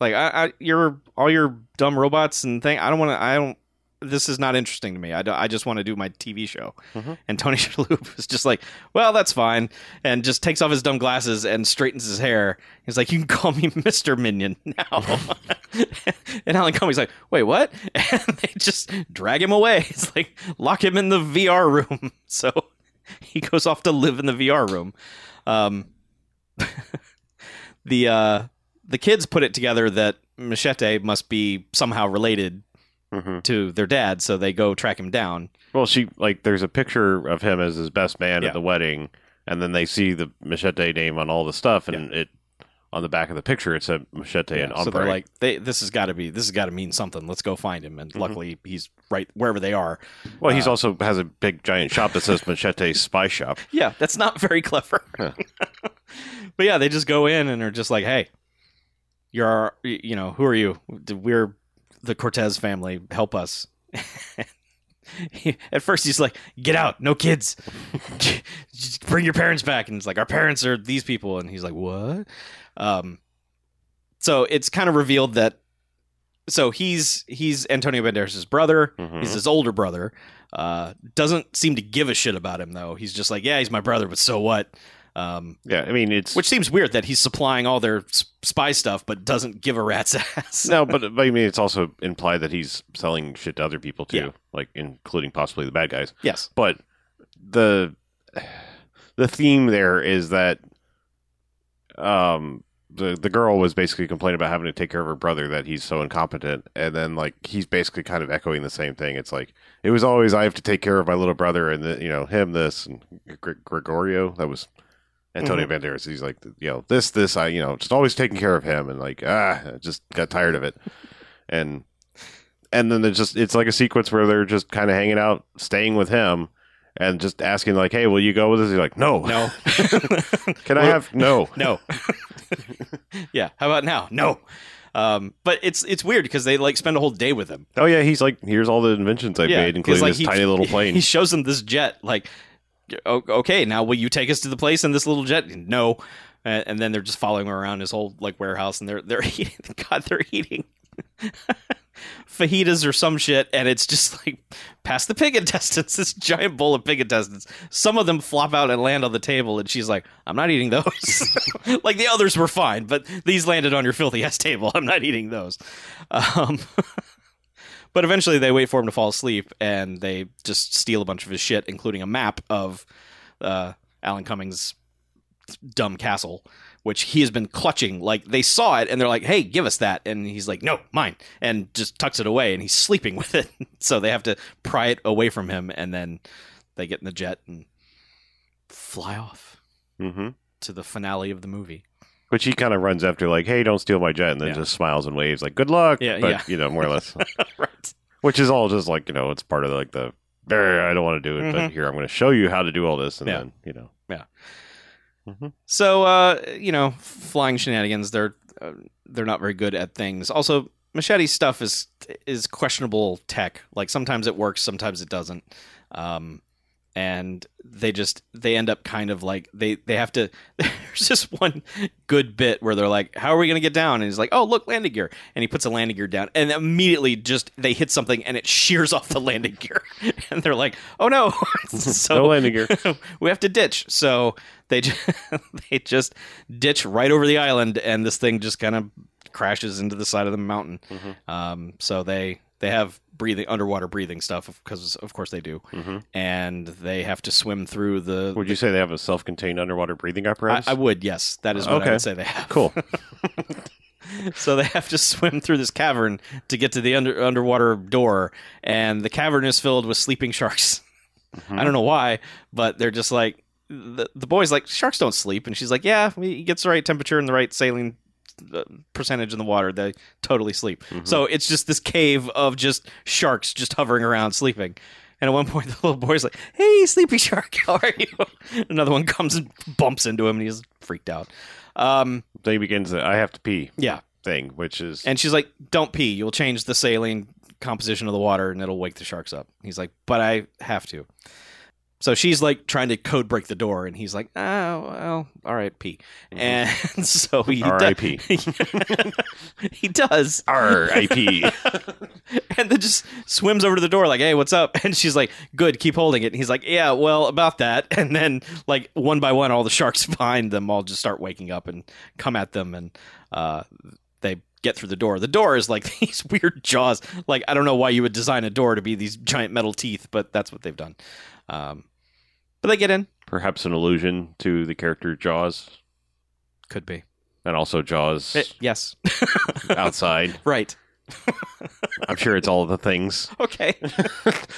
[SPEAKER 1] Like I, I your all your dumb robots and thing. I don't want to. I don't. This is not interesting to me. I, do, I just want to do my TV show.
[SPEAKER 2] Mhm.
[SPEAKER 1] And Tony *laughs* Shalhoub is just like, well, that's fine, and just takes off his dumb glasses and straightens his hair. He's like, you can call me *laughs* Mister Minion now. *laughs* and Alan Cumming's like, wait, what? *laughs* And they just drag him away. *laughs* It's like lock him in the VR room. *laughs* So he goes off to live in the VR room. Um, *laughs* the uh, the kids put it together that Machete must be somehow related
[SPEAKER 2] Mhm.
[SPEAKER 1] to their dad, so they go track him down.
[SPEAKER 2] Well, she like there's a picture of him as his best man
[SPEAKER 1] Yeah.
[SPEAKER 2] at the wedding, and then they see the machete name on all the stuff, and it on the back of the picture it said machete and
[SPEAKER 1] so
[SPEAKER 2] ombre.
[SPEAKER 1] they're like, they, "This has got to be. This has got to mean something. Let's go find him." And
[SPEAKER 2] Mhm.
[SPEAKER 1] luckily, he's right wherever they are.
[SPEAKER 2] well, he's also has a big giant shop that says machete spy shop.
[SPEAKER 1] Yeah, that's not very *laughs* clever.
[SPEAKER 2] Huh.
[SPEAKER 1] but yeah, they just go in and are just like, "Hey, you're, our, y- you know, who are you? We're the Cortez family. Help us." *laughs* He- At first, he's like, "Get out, no kids. *laughs* Just Bring your parents back." And it's like, "Our parents are these people," and he's like, "What?" Um, so it's kind of revealed that. So he's he's Antonio Banderas' brother.
[SPEAKER 2] Mhm.
[SPEAKER 1] He's his older brother. Uh, doesn't seem to give a shit about him though. He's just like, yeah, he's my brother, but so what? Um,
[SPEAKER 2] Yeah, I mean it's
[SPEAKER 1] which seems weird that he's supplying all their s- spy stuff, but doesn't give a rat's *laughs* ass.
[SPEAKER 2] no, but, but I mean it's also implied that he's selling shit to other people too,
[SPEAKER 1] Yeah.
[SPEAKER 2] like including possibly the bad guys.
[SPEAKER 1] Yes.
[SPEAKER 2] But the *sighs* the theme there is that um the the girl was basically complaining about having to take care of her brother that he's so incompetent and then like he's basically kind of echoing the same thing it's like it was always i have to take care of my little brother and the, you know him this and Gr- gregorio that was antonio banderas he's like you know this this i you know just always taking care of him and like ah I just got tired of it and and then it's just it's like a sequence where they're just kind of hanging out staying with him and just asking like hey will you go with us he's like no,
[SPEAKER 1] No.
[SPEAKER 2] *laughs* can i
[SPEAKER 1] Well-
[SPEAKER 2] have no
[SPEAKER 1] no. *laughs* yeah. How about now? No. Um, but it's it's weird because they like spend a whole day with him.
[SPEAKER 2] Oh yeah, he's like, here's all the inventions I've
[SPEAKER 1] Yeah,
[SPEAKER 2] made,
[SPEAKER 1] 'cause,
[SPEAKER 2] including
[SPEAKER 1] like,
[SPEAKER 2] this
[SPEAKER 1] he- *laughs*
[SPEAKER 2] tiny little plane.
[SPEAKER 1] He shows them this jet. Like, "O- okay, now will you take us to the place in this little jet? No. And and then they're just following him around his whole like warehouse, and they're they're *laughs* eating. God, they're eating *laughs* fajitas or some shit, and it's just like past the pig intestines. *laughs* This giant bowl of pig intestines. Some of them flop out and land on the table, and she's like, "I'm not eating those." *laughs* like the others were fine, but these landed on your filthy ass table. *laughs* I'm not eating those. Um, but eventually they wait for him to fall asleep and they just steal a bunch of his shit, including a map of uh, Alan Cummings' dumb castle, which he has been clutching. Like they saw it and they're like, hey, give us that. And he's like, no, mine. And just tucks it away and he's sleeping *laughs* with it. so they have to pry it away from him and then they get in the jet and fly off
[SPEAKER 2] hmm
[SPEAKER 1] to the finale of the movie. *laughs*
[SPEAKER 2] Which he kind of runs after, like, "Hey, don't steal my jet," and then
[SPEAKER 1] Yeah.
[SPEAKER 2] just smiles and waves, like, "Good luck."
[SPEAKER 1] Yeah,
[SPEAKER 2] but
[SPEAKER 1] yeah.
[SPEAKER 2] you know, more
[SPEAKER 1] *laughs*
[SPEAKER 2] or less.
[SPEAKER 1] right.
[SPEAKER 2] Which is all just like you know, it's part of like the. "Brr, I don't want to do it, but here I'm going to show you how to do all this, and
[SPEAKER 1] Mm-hmm. Yeah.
[SPEAKER 2] then
[SPEAKER 1] *laughs*
[SPEAKER 2] you know,
[SPEAKER 1] So uh, you know, flying shenanigans. They're uh, they're not very good at things. Also, Machete's stuff is is questionable tech. Like sometimes it works, sometimes it doesn't. Um, and they just they end up kind of like they they have to. *laughs* There's just one good bit where they're like, "How are we going to get down?" And he's like, "Oh, look, landing gear." And he puts a landing gear down, and immediately just they hit something, and it shears off the landing gear, *laughs* and they're like, "Oh no!" *laughs* so
[SPEAKER 2] no
[SPEAKER 1] *laughs*
[SPEAKER 2] landing gear.
[SPEAKER 1] we have to ditch. So they just, *laughs* they just ditch right over the island, and this thing just kind of crashes into the side of the mountain.
[SPEAKER 2] Mm-hmm.
[SPEAKER 1] Um, so they they have breathing underwater breathing stuff because of course they do,
[SPEAKER 2] Mhm.
[SPEAKER 1] and they have to swim through the.
[SPEAKER 2] Would you say they have a self-contained underwater breathing
[SPEAKER 1] I,
[SPEAKER 2] apparatus?
[SPEAKER 1] I would yes, that is what I
[SPEAKER 2] Okay.
[SPEAKER 1] would say they have. *laughs*
[SPEAKER 2] cool.
[SPEAKER 1] So they have to swim through this cavern to get to the under, underwater door, and the cavern is filled with sleeping sharks. I don't know why, but they're just like the, the boy's like sharks don't sleep, and she's like, yeah, he gets the right temperature and the right saline uh, percentage in the water, they totally sleep. So it's just this cave of just sharks just hovering around sleeping. And at one point, *laughs* the little boy's like, "Hey, sleepy shark, *laughs* how are you?" Another one comes and bumps into him, and he's freaked out. Um,
[SPEAKER 2] They begins. The, I have to pee
[SPEAKER 1] yeah,
[SPEAKER 2] thing, which is
[SPEAKER 1] and she's like, "Don't pee. You'll change the saline composition of the water, and it'll wake the sharks up." He's like, "But I have to." So she's like trying to code break the door, and he's like, "Oh well, all right, pee." And *laughs* so he does- *laughs*
[SPEAKER 2] *laughs* R.I.P.
[SPEAKER 1] he does,
[SPEAKER 2] R.I.P.
[SPEAKER 1] *laughs* and then just swims over to the door like, "Hey, what's up?" *laughs* And she's like, "Good, keep holding it." And he's like, "Yeah, well, about that." *laughs* And then like one by one, all the sharks *laughs* behind them all just start waking up and come at them, and uh, they get through the door. The door is like *laughs* these weird jaws. Like I don't know why you would design a door to be these giant metal teeth, but that's what they've done. Um, but they get in.
[SPEAKER 2] Perhaps an allusion to the character Jaws,
[SPEAKER 1] Could be.
[SPEAKER 2] and also Jaws
[SPEAKER 1] Eh, yes. *laughs*
[SPEAKER 2] outside.
[SPEAKER 1] right.
[SPEAKER 2] I'm sure it's all of the things. *laughs*
[SPEAKER 1] Okay.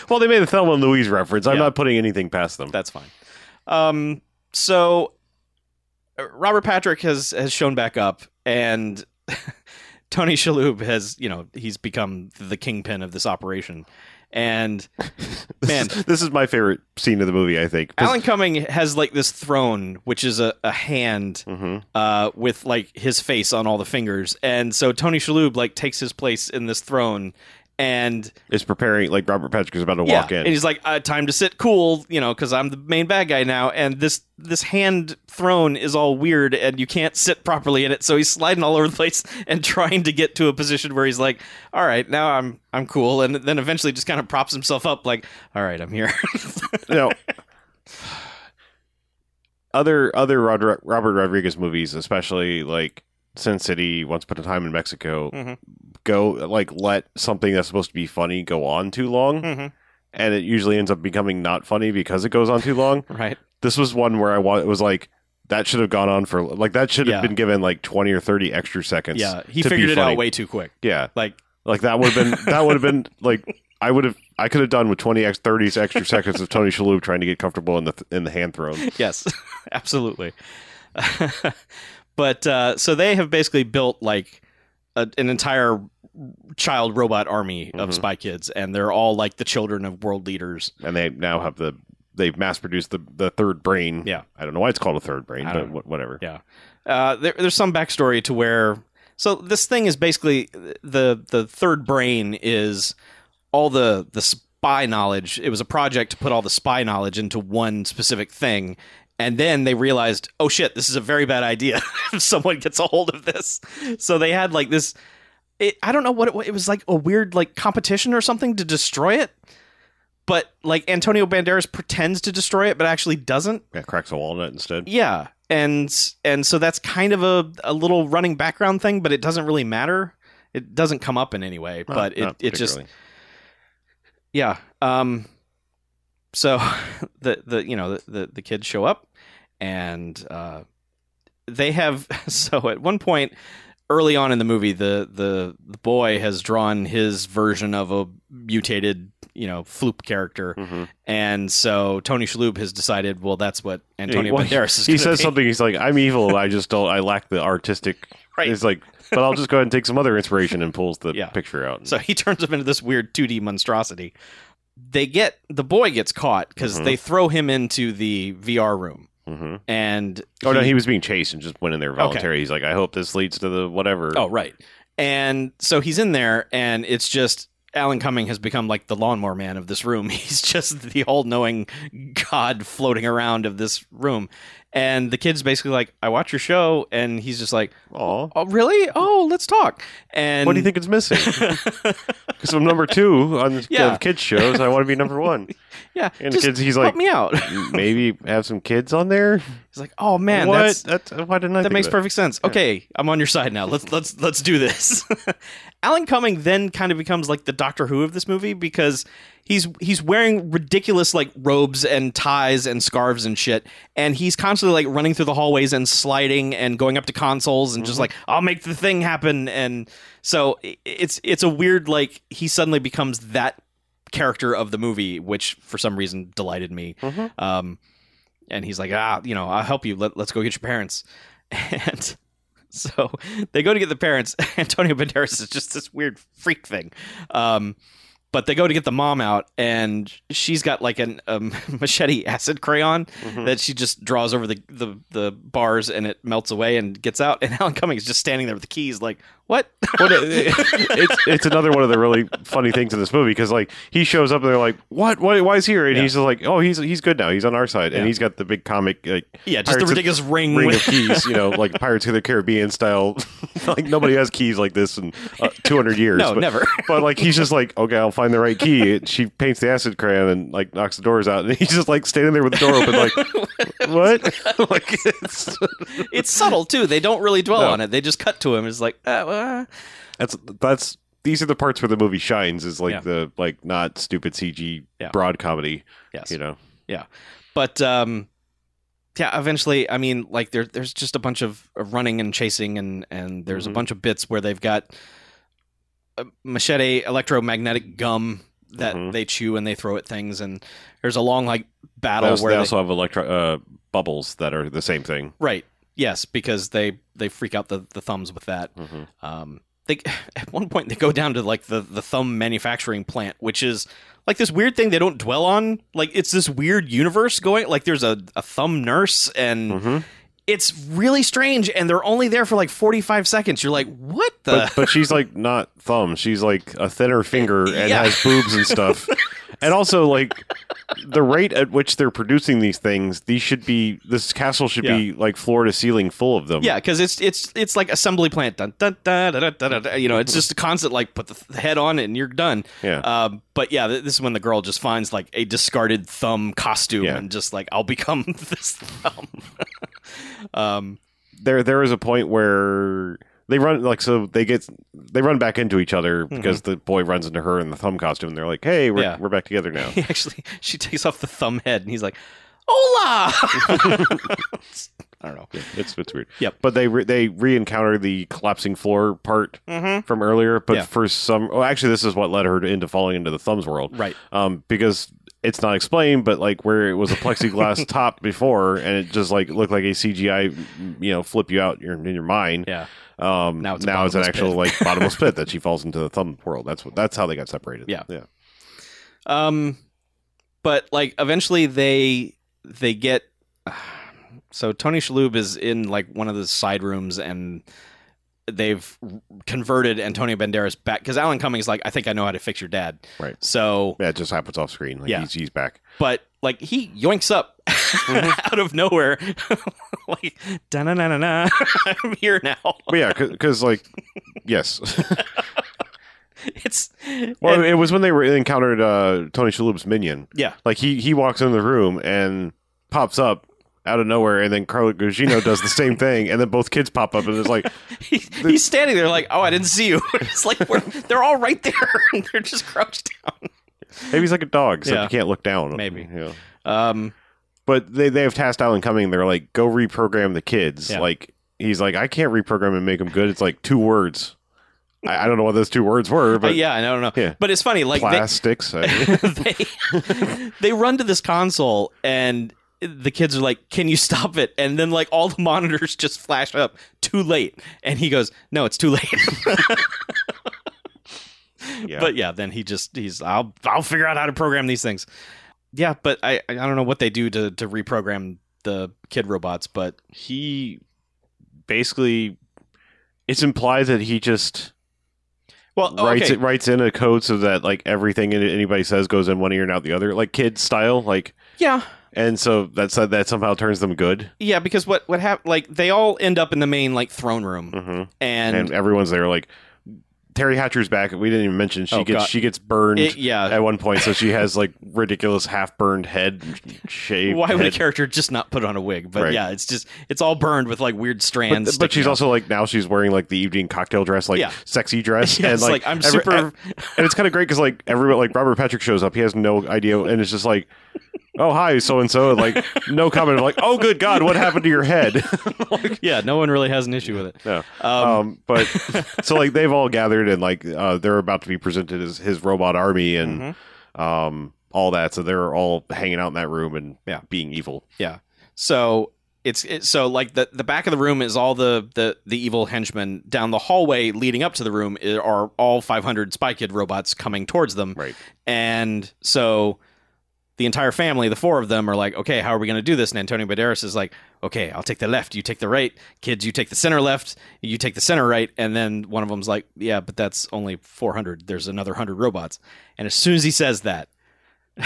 [SPEAKER 2] Well, they made the Thelma and Louise reference. I'm
[SPEAKER 1] Yeah.
[SPEAKER 2] not putting anything past them.
[SPEAKER 1] That's fine. Um, so uh, Robert Patrick has has shown back up, and *laughs* Tony Shalhoub has you know he's become the kingpin of this operation, and man.
[SPEAKER 2] This is, *laughs* this is my favorite scene of the movie. I think.
[SPEAKER 1] Alan Cumming has like this throne, which is a, a hand
[SPEAKER 2] hmm
[SPEAKER 1] uh, with like his face on all the fingers, and so Tony Shalhoub like takes his place in this throne, and
[SPEAKER 2] Is preparing like Robert Patrick is about to walk in.
[SPEAKER 1] and he's like, uh, "Time to sit cool," you know, because I'm the main bad guy now. And this this hand throne is all weird, and you can't sit properly in it. So he's sliding all over the place *laughs* and trying to get to a position where he's like, "All right, now I'm I'm cool." And then eventually, just kind of props himself up, like, "All right, I'm here." *laughs*
[SPEAKER 2] *laughs* no. Other other Rod- Robert Rodriguez movies, especially like Sin City, Once Upon a Time in Mexico,
[SPEAKER 1] Mhm.
[SPEAKER 2] go like let something that's supposed to be funny go on too long,
[SPEAKER 1] Mhm.
[SPEAKER 2] and it usually ends up becoming not funny because it goes on too long.
[SPEAKER 1] Right?
[SPEAKER 2] This was one where I wa- it was like that should have gone on for like that should have
[SPEAKER 1] Yeah.
[SPEAKER 2] been given like twenty or thirty extra seconds.
[SPEAKER 1] Yeah, he
[SPEAKER 2] to be
[SPEAKER 1] figured it
[SPEAKER 2] funny.
[SPEAKER 1] out way too quick.
[SPEAKER 2] Yeah,
[SPEAKER 1] Like,
[SPEAKER 2] like that would have been that would have been like I would have I could have done with twenty x thirty extra seconds of Tony Shalhoub trying to get comfortable in the th- in the hand thrown.
[SPEAKER 1] yes, *laughs* absolutely. *laughs* but uh, so they have basically built like a, an entire child robot army of
[SPEAKER 2] Mhm.
[SPEAKER 1] spy kids, and they're all like the children of world leaders.
[SPEAKER 2] and they now have the they've mass produced the the third brain.
[SPEAKER 1] Yeah.
[SPEAKER 2] I don't know why it's called a third brain,
[SPEAKER 1] I
[SPEAKER 2] but
[SPEAKER 1] don't-
[SPEAKER 2] wh- whatever.
[SPEAKER 1] Yeah. Uh, there, there's some backstory to where. So this thing is basically the the third brain is all the the spy knowledge. It was a project to put all the spy knowledge into one specific thing. And then they realized, oh shit, this is a very bad idea *laughs* if someone gets a hold of this. So they had like this it, I don't know what it was. It was like a weird like competition or something to destroy it. But like Antonio Banderas pretends to destroy it but actually doesn't.
[SPEAKER 2] Yeah, cracks a walnut instead.
[SPEAKER 1] Yeah, and and so that's kind of a, a little running background thing, but it doesn't really matter. It doesn't come up in any way,
[SPEAKER 2] Not-
[SPEAKER 1] but it,
[SPEAKER 2] Oh, not
[SPEAKER 1] it just
[SPEAKER 2] particularly.
[SPEAKER 1] yeah. Um, so *laughs* the the you know the the, the kids show up, and uh, they have *laughs* so at one point early on in the movie, the the the boy has drawn his version of a mutated you know floop character,
[SPEAKER 2] Mhm.
[SPEAKER 1] and so Tony Shalhoub has decided, well, that's what Antonio
[SPEAKER 2] well,
[SPEAKER 1] Banderas is.
[SPEAKER 2] *laughs* He
[SPEAKER 1] gonna
[SPEAKER 2] says
[SPEAKER 1] be.
[SPEAKER 2] something. He's like, "I'm evil. I just don't. I lack the artistic."
[SPEAKER 1] *laughs* Right.
[SPEAKER 2] He's like, "But I'll just go ahead and take some other inspiration," and pulls the
[SPEAKER 1] Yeah.
[SPEAKER 2] picture out.
[SPEAKER 1] So he *laughs* turns him into this weird 2D monstrosity. They get the boy gets caught because
[SPEAKER 2] Mhm.
[SPEAKER 1] they throw him into the VR room,
[SPEAKER 2] hmm
[SPEAKER 1] and Oh,
[SPEAKER 2] Oh no, he was being chased and just went in there
[SPEAKER 1] Okay.
[SPEAKER 2] voluntary. He's like, "I hope this leads to the whatever."
[SPEAKER 1] oh right, And so he's in there, and it's just Alan Cumming has become like the lawnmower man of this room. *laughs* He's just the all knowing God floating around of this room. And the kid's basically like, I watch your show. And he's just like,
[SPEAKER 2] Aw.
[SPEAKER 1] Oh, really? Oh, let's talk. And
[SPEAKER 2] What do you think
[SPEAKER 1] *laughs*
[SPEAKER 2] it's missing? Because I'm number two on the
[SPEAKER 1] Yeah.
[SPEAKER 2] of kids shows. I want to be
[SPEAKER 1] *laughs*
[SPEAKER 2] number one.
[SPEAKER 1] Yeah.
[SPEAKER 2] And
[SPEAKER 1] just
[SPEAKER 2] the kids, he's
[SPEAKER 1] help
[SPEAKER 2] like,
[SPEAKER 1] me out. *laughs*
[SPEAKER 2] maybe have some kids on there.
[SPEAKER 1] He's like, oh, man,
[SPEAKER 2] what?
[SPEAKER 1] that's,
[SPEAKER 2] That's- uh, why didn't I?
[SPEAKER 1] that
[SPEAKER 2] think
[SPEAKER 1] makes
[SPEAKER 2] of
[SPEAKER 1] perfect sense. Okay, I'm on your side now. Let's let's let's do this. *laughs* Alan Cumming then kind of becomes like the Doctor Who of this movie because he's he's wearing ridiculous like robes and ties and scarves and shit, and he's constantly like running through the hallways and sliding and going up to consoles and just
[SPEAKER 2] Mm-hmm.
[SPEAKER 1] like I'll make the thing happen. And so i- it's it's a weird like he suddenly becomes that character of the movie, which for some reason delighted me.
[SPEAKER 2] Mhm.
[SPEAKER 1] Um, and he's like, ah, you know, I'll help you. Let, let's go get your parents. And *laughs* so they go to get the parents. *laughs* Antonio Banderas is just this weird freak thing. Um, but they go to get the mom out, and she's got like an, a *laughs* machete acid crayon
[SPEAKER 2] Mhm.
[SPEAKER 1] that she just draws over the, the, the bars and it melts away and gets out. *laughs* And Alan Cumming is just standing there with the keys, like, what?
[SPEAKER 2] What *laughs* it's it's another one of the really funny things in this movie because like he shows up and they're like, "What? Why, why is he here?" And
[SPEAKER 1] Yeah.
[SPEAKER 2] he's just like, "Oh, he's he's good now. He's on our side."
[SPEAKER 1] Yeah.
[SPEAKER 2] And he's got the big comic like
[SPEAKER 1] *laughs* yeah, just
[SPEAKER 2] Pirates
[SPEAKER 1] the
[SPEAKER 2] of-
[SPEAKER 1] ridiculous ring. *laughs*
[SPEAKER 2] ring of
[SPEAKER 1] with-
[SPEAKER 2] keys, you know, like Pirates of the Caribbean style. *laughs* like nobody has keys like this in uh, 200 years.
[SPEAKER 1] no,
[SPEAKER 2] but, *laughs*
[SPEAKER 1] never.
[SPEAKER 2] But like he's just like, okay, I'll find the right key. And she paints the acid crayon and like knocks the doors out, and he's just like standing there with the door open,
[SPEAKER 1] *laughs*
[SPEAKER 2] like, what? *laughs* like it's
[SPEAKER 1] it's subtle too. They don't really dwell
[SPEAKER 2] No.
[SPEAKER 1] on it. They just cut to him. It's like, uh, uh.
[SPEAKER 2] that's that's these are the parts where the movie shines is like
[SPEAKER 1] Yeah.
[SPEAKER 2] the like not stupid CG
[SPEAKER 1] Yeah.
[SPEAKER 2] broad comedy,
[SPEAKER 1] yes.
[SPEAKER 2] you know.
[SPEAKER 1] But um, yeah, eventually, I mean, like there, there's just a bunch of of running and chasing, and and there's a
[SPEAKER 2] Mhm.
[SPEAKER 1] bunch of bits where they've got a machete, electromagnetic gum that
[SPEAKER 2] Mhm.
[SPEAKER 1] they chew and they throw at things, and there's a long like
[SPEAKER 2] They
[SPEAKER 1] battle
[SPEAKER 2] also,
[SPEAKER 1] where
[SPEAKER 2] they
[SPEAKER 1] they-
[SPEAKER 2] also have electro uh, bubbles that are the same thing.
[SPEAKER 1] right, yes, because they they freak out the the thumbs with that. Um, they *laughs* at one point they go down to like the the thumb manufacturing plant, which is like this weird thing they don't dwell on. Like it's this weird universe going. Like there's a, a thumb nurse, and
[SPEAKER 2] Mhm.
[SPEAKER 1] it's really strange. And they're only there for like 45 seconds. You're like, what the?
[SPEAKER 2] But but
[SPEAKER 1] *laughs*
[SPEAKER 2] she's like not thumb. She's like a thinner finger and
[SPEAKER 1] Eh, Yeah.
[SPEAKER 2] has boobs
[SPEAKER 1] *laughs*
[SPEAKER 2] and stuff. and also like the rate at which they're producing these things, these should be this castle should be like floor to ceiling full of them.
[SPEAKER 1] *laughs* yeah, because it's it's it's like assembly plant. Dun, dun, dun, dun, dun, dun, dun, dun. you know, it's just a constant like put the th- head on it and you're done.
[SPEAKER 2] Yeah.
[SPEAKER 1] Um, but yeah, th- this is when the girl just finds like a discarded thumb costume
[SPEAKER 2] Yeah.
[SPEAKER 1] and just like I'll become *laughs* this thumb. *laughs* um, *laughs*
[SPEAKER 2] there there is a point where they run like so they get they run back into each other because the boy runs into her in the thumb costume and they're like, Hey, we're
[SPEAKER 1] Mm-hmm. Yeah.
[SPEAKER 2] we're back
[SPEAKER 1] *laughs*
[SPEAKER 2] together now.
[SPEAKER 1] he actually she takes off the thumb head and he's like hola *laughs* i don't know
[SPEAKER 2] Yeah, it's it's weird.
[SPEAKER 1] Yep.
[SPEAKER 2] But they re- they re-encounter the collapsing floor part
[SPEAKER 1] mm-hmm.
[SPEAKER 2] from earlier, but
[SPEAKER 1] Yeah.
[SPEAKER 2] for some, oh, actually, this is what led her to, into falling into the thumbs world,
[SPEAKER 1] right
[SPEAKER 2] um, because it's not explained, but like where it was a
[SPEAKER 1] *laughs*
[SPEAKER 2] plexiglass top before, and it just like looked like a CGI, you know, flip you out your, in your mind.
[SPEAKER 1] yeah
[SPEAKER 2] Um,
[SPEAKER 1] Now it's a
[SPEAKER 2] an
[SPEAKER 1] bottomless
[SPEAKER 2] actual
[SPEAKER 1] pit.
[SPEAKER 2] like bottomless pit
[SPEAKER 1] *laughs*
[SPEAKER 2] that she falls into the thumb world. That's what that's how they got separated.
[SPEAKER 1] Yeah.
[SPEAKER 2] yeah.
[SPEAKER 1] um but like eventually they they get *sighs* so tony shalhoub is in like one of the side rooms and they've converted antonio banderas back because alan cummings like i think i know how to fix your dad
[SPEAKER 2] Right.
[SPEAKER 1] so
[SPEAKER 2] Yeah, it just happens off screen. Like
[SPEAKER 1] Yeah.
[SPEAKER 2] he's, he's back.
[SPEAKER 1] but like he yoinks up *laughs*
[SPEAKER 2] Mm-hmm.
[SPEAKER 1] out of nowhere *laughs* like da na na na na *laughs* i'm here now
[SPEAKER 2] But yeah,
[SPEAKER 1] *laughs*
[SPEAKER 2] because like, yes. *laughs*
[SPEAKER 1] it's
[SPEAKER 2] Well,
[SPEAKER 1] and-
[SPEAKER 2] it was when they were encountered uh, Tony Shalhoub's minion.
[SPEAKER 1] Yeah.
[SPEAKER 2] like he he walks in the room and pops up out of nowhere, and then Carlo Gugino does the same thing, and then both kids pop up, and
[SPEAKER 1] *laughs*
[SPEAKER 2] it's like,
[SPEAKER 1] He, he's standing there like, oh, I didn't see you. *laughs* it's like we're, they're all right there, *laughs* and they're just crouched down.
[SPEAKER 2] maybe he's like a dog, except
[SPEAKER 1] Yeah.
[SPEAKER 2] you can't look down.
[SPEAKER 1] Maybe.
[SPEAKER 2] Yeah.
[SPEAKER 1] Um,
[SPEAKER 2] But they they have tasked Alan Cumming. They're like, go reprogram the kids.
[SPEAKER 1] Yeah.
[SPEAKER 2] Like he's like, I can't reprogram and make them good. It's like two words. I, I don't know what those two words were,
[SPEAKER 1] but
[SPEAKER 2] but
[SPEAKER 1] Uh, yeah, I don't know.
[SPEAKER 2] Yeah.
[SPEAKER 1] But it's funny, like they, *laughs*
[SPEAKER 2] plastics. I-
[SPEAKER 1] they *laughs* they run to this console and the kids are like, "Can you stop it?" And then like all the monitors just flash up, "Too late." And he goes, "No, it's too late." *laughs*
[SPEAKER 2] yeah.
[SPEAKER 1] But yeah, then he just he's I'll I'll figure out how to program these things. Yeah, but I I don't know what they do to to reprogram the kid robots, but
[SPEAKER 2] he basically it's implied that he just
[SPEAKER 1] Well, oh,
[SPEAKER 2] writes
[SPEAKER 1] okay.
[SPEAKER 2] it writes in a code so that like everything that anybody says goes in one ear and out the other, like kid style, like
[SPEAKER 1] yeah,
[SPEAKER 2] and so that's that somehow turns them good.
[SPEAKER 1] yeah. Because what what happened? Like they all end up in the main like throne room,
[SPEAKER 2] Mm-hmm.
[SPEAKER 1] and,
[SPEAKER 2] And, everyone's there, like Terry Hatcher's back. We didn't even mention she
[SPEAKER 1] Oh,
[SPEAKER 2] gets
[SPEAKER 1] God.
[SPEAKER 2] she gets burned
[SPEAKER 1] it, yeah.
[SPEAKER 2] at one point, so she has like ridiculous half
[SPEAKER 1] *laughs*
[SPEAKER 2] burned head shape.
[SPEAKER 1] Why would a
[SPEAKER 2] head.
[SPEAKER 1] character just not put on a wig? But
[SPEAKER 2] Right.
[SPEAKER 1] yeah, it's just it's all burned with like weird
[SPEAKER 2] But,
[SPEAKER 1] strands.
[SPEAKER 2] but she's
[SPEAKER 1] sticking out.
[SPEAKER 2] also like now she's wearing like the evening cocktail dress, like
[SPEAKER 1] Yeah.
[SPEAKER 2] sexy
[SPEAKER 1] *laughs*
[SPEAKER 2] dress,
[SPEAKER 1] yeah,
[SPEAKER 2] and
[SPEAKER 1] it's
[SPEAKER 2] like,
[SPEAKER 1] like, I'm
[SPEAKER 2] every-
[SPEAKER 1] super.
[SPEAKER 2] and it's kind of great because like everyone like robert patrick shows up he has no idea and it's just like oh hi so and so like no comment like oh good god what happened to your head *laughs*
[SPEAKER 1] *laughs* yeah, no one really has an issue with it.
[SPEAKER 2] no
[SPEAKER 1] Um,
[SPEAKER 2] um
[SPEAKER 1] *laughs*
[SPEAKER 2] but so like they've all gathered and like uh they're about to be presented as his robot army and
[SPEAKER 1] Mm-hmm.
[SPEAKER 2] um all that so they're all hanging out in that room and
[SPEAKER 1] Yeah.
[SPEAKER 2] being evil
[SPEAKER 1] So it's it, so like the the back of the room is all the the the evil henchmen. Down the hallway leading up to the room i- are all 500 Spy Kid robots coming towards them.
[SPEAKER 2] right
[SPEAKER 1] And so the entire family, the four of them, are like, okay, how are we going to do this? And Antonio Banderas is like, okay, I'll take the left, you take the right, kids, you take the center left, you take the center right. And then one of them's like, yeah, but that's only 400. There's another 100 robots. And as soon as he says that, *laughs*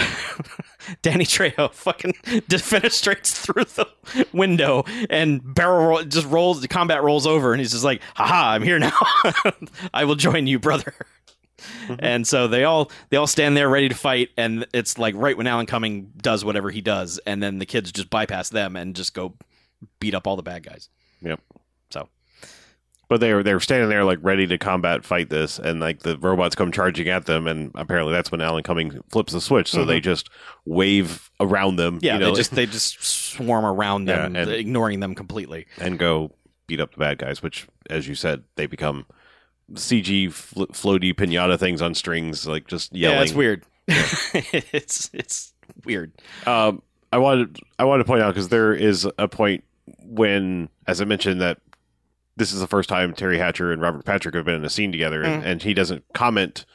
[SPEAKER 1] Danny Trejo fucking *laughs* defenestrates through the window and barrel roll, just rolls, the combat rolls over, and he's just like, haha, I'm here now. *laughs* I will join you, brother. And so they all they all stand there ready to fight, and it's like right when Alan Cumming does whatever he does, and then the kids just bypass them and just go beat up all the bad guys.
[SPEAKER 2] but they were they were standing there like ready to combat fight this and like the robots come charging at them and apparently that's when alan cumming flips the switch so
[SPEAKER 1] Mhm.
[SPEAKER 2] they just wave around them
[SPEAKER 1] Yeah,
[SPEAKER 2] you know,
[SPEAKER 1] they just they just swarm around them,
[SPEAKER 2] Yeah, and-
[SPEAKER 1] ignoring them completely.
[SPEAKER 2] and go beat up the bad guys, which, as you said, they become CG fl- floaty pinata things on strings, like just yelling.
[SPEAKER 1] Yeah, it's weird. *laughs* it's it's weird.
[SPEAKER 2] Um, I wanted I wanted to point out because there is a point when, as I mentioned, that this is the first time Terry Hatcher and Robert Patrick have been in a scene together, and, and he doesn't comment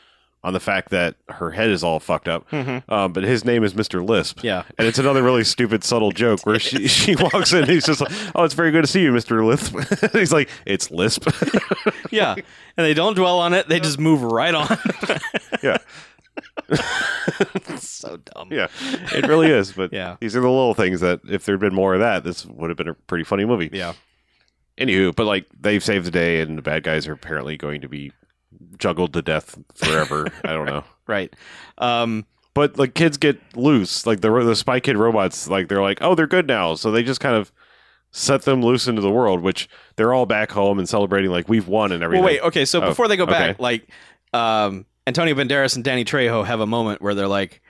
[SPEAKER 2] on the fact that her head is all fucked up. Um, but his name is Mr. Lisp.
[SPEAKER 1] Yeah.
[SPEAKER 2] And it's another really stupid, subtle joke
[SPEAKER 1] *laughs*
[SPEAKER 2] where she, she walks in and he's just like, Oh, it's very good to see you, Mr. Lisp. *laughs* he's like, It's Lisp. *laughs*
[SPEAKER 1] yeah, and they don't dwell on it. They just move right on. *laughs*
[SPEAKER 2] Yeah.
[SPEAKER 1] It's so dumb.
[SPEAKER 2] yeah, it really is. But
[SPEAKER 1] Yeah.
[SPEAKER 2] these are the little things that if there'd been more of that, this would have been a pretty funny movie.
[SPEAKER 1] Yeah.
[SPEAKER 2] Anywho, but like they've saved the day, and the bad guys are apparently going to be juggled to death
[SPEAKER 1] *laughs*
[SPEAKER 2] forever. I don't know.
[SPEAKER 1] Right. Um,
[SPEAKER 2] But like kids get loose, like the ro- the Spy Kid robots, like they're like, oh, they're good now, so they just kind of set them loose into the world, which they're all back home and celebrating like we've won and
[SPEAKER 1] well,
[SPEAKER 2] everything.
[SPEAKER 1] wait. Okay. So
[SPEAKER 2] Oh,
[SPEAKER 1] before they go back,
[SPEAKER 2] okay.
[SPEAKER 1] like um, Antonio Banderas and Danny Trejo have a moment where they're like,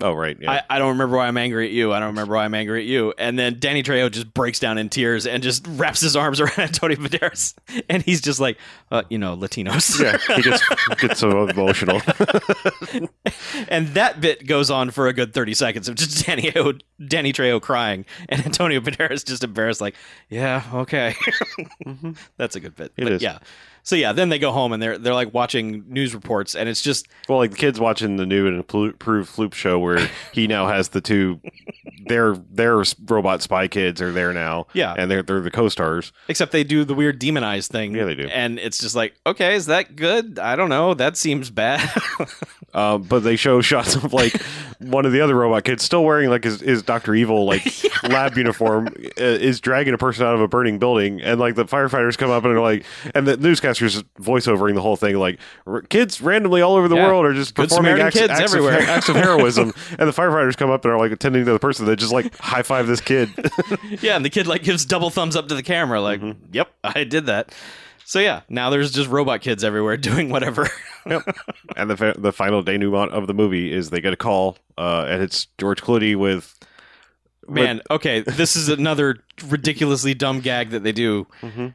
[SPEAKER 2] Oh right, yeah.
[SPEAKER 1] I, "I don't remember why I'm angry at you. I don't remember why I'm angry at you." And then Danny Trejo just breaks down in tears and just wraps his arms *laughs* around Antonio Banderas, and he's just like, uh, "You know, Latinos."
[SPEAKER 2] yeah, *laughs* he gets gets so emotional.
[SPEAKER 1] *laughs* And that bit goes on for a good 30 seconds of just *laughs* Danny, Danny Trejo crying and Antonio Banderas just embarrassed, like, yeah, okay. *laughs* That's a good bit.
[SPEAKER 2] Mm-hmm. It
[SPEAKER 1] but
[SPEAKER 2] is.
[SPEAKER 1] Yeah. So yeah, then they go home and they're they're like watching news reports and it's just
[SPEAKER 2] Well, like the kids watching the new and Plu- improved Floop show, where he now has the two, their their s- robot spy kids are there now,
[SPEAKER 1] yeah.
[SPEAKER 2] and they're they're the co-stars.
[SPEAKER 1] Except they do the weird demonized thing.
[SPEAKER 2] Yeah, they do.
[SPEAKER 1] And it's just like, okay, is that good? I don't know. That seems bad. *laughs*
[SPEAKER 2] Um, but they show shots of like one of the other robot kids still wearing like his, his Doctor
[SPEAKER 1] *laughs*
[SPEAKER 2] Evil like lab uniform uh, is dragging a person out of a burning building, and like the firefighters come up and are like, and the newscasters voiceovering the whole thing like r- kids randomly all over the
[SPEAKER 1] Yeah.
[SPEAKER 2] world are just
[SPEAKER 1] Good
[SPEAKER 2] performing
[SPEAKER 1] Samaritan
[SPEAKER 2] acts,
[SPEAKER 1] kids
[SPEAKER 2] acts
[SPEAKER 1] everywhere.
[SPEAKER 2] of, acts
[SPEAKER 1] *laughs*
[SPEAKER 2] of heroism, and the firefighters come up and are like attending to the person that just like high five
[SPEAKER 1] *laughs*
[SPEAKER 2] this kid.
[SPEAKER 1] yeah, and the kid like gives double thumbs up to the camera, like,
[SPEAKER 2] Mm-hmm.
[SPEAKER 1] yep, I did that. So yeah, now there's just robot kids everywhere *laughs* doing whatever.
[SPEAKER 2] And the fa- the final denouement of the movie is they get a call, uh, and it's George Clooney with
[SPEAKER 1] Man, okay, this is another ridiculously dumb gag that they do.
[SPEAKER 2] Mhm.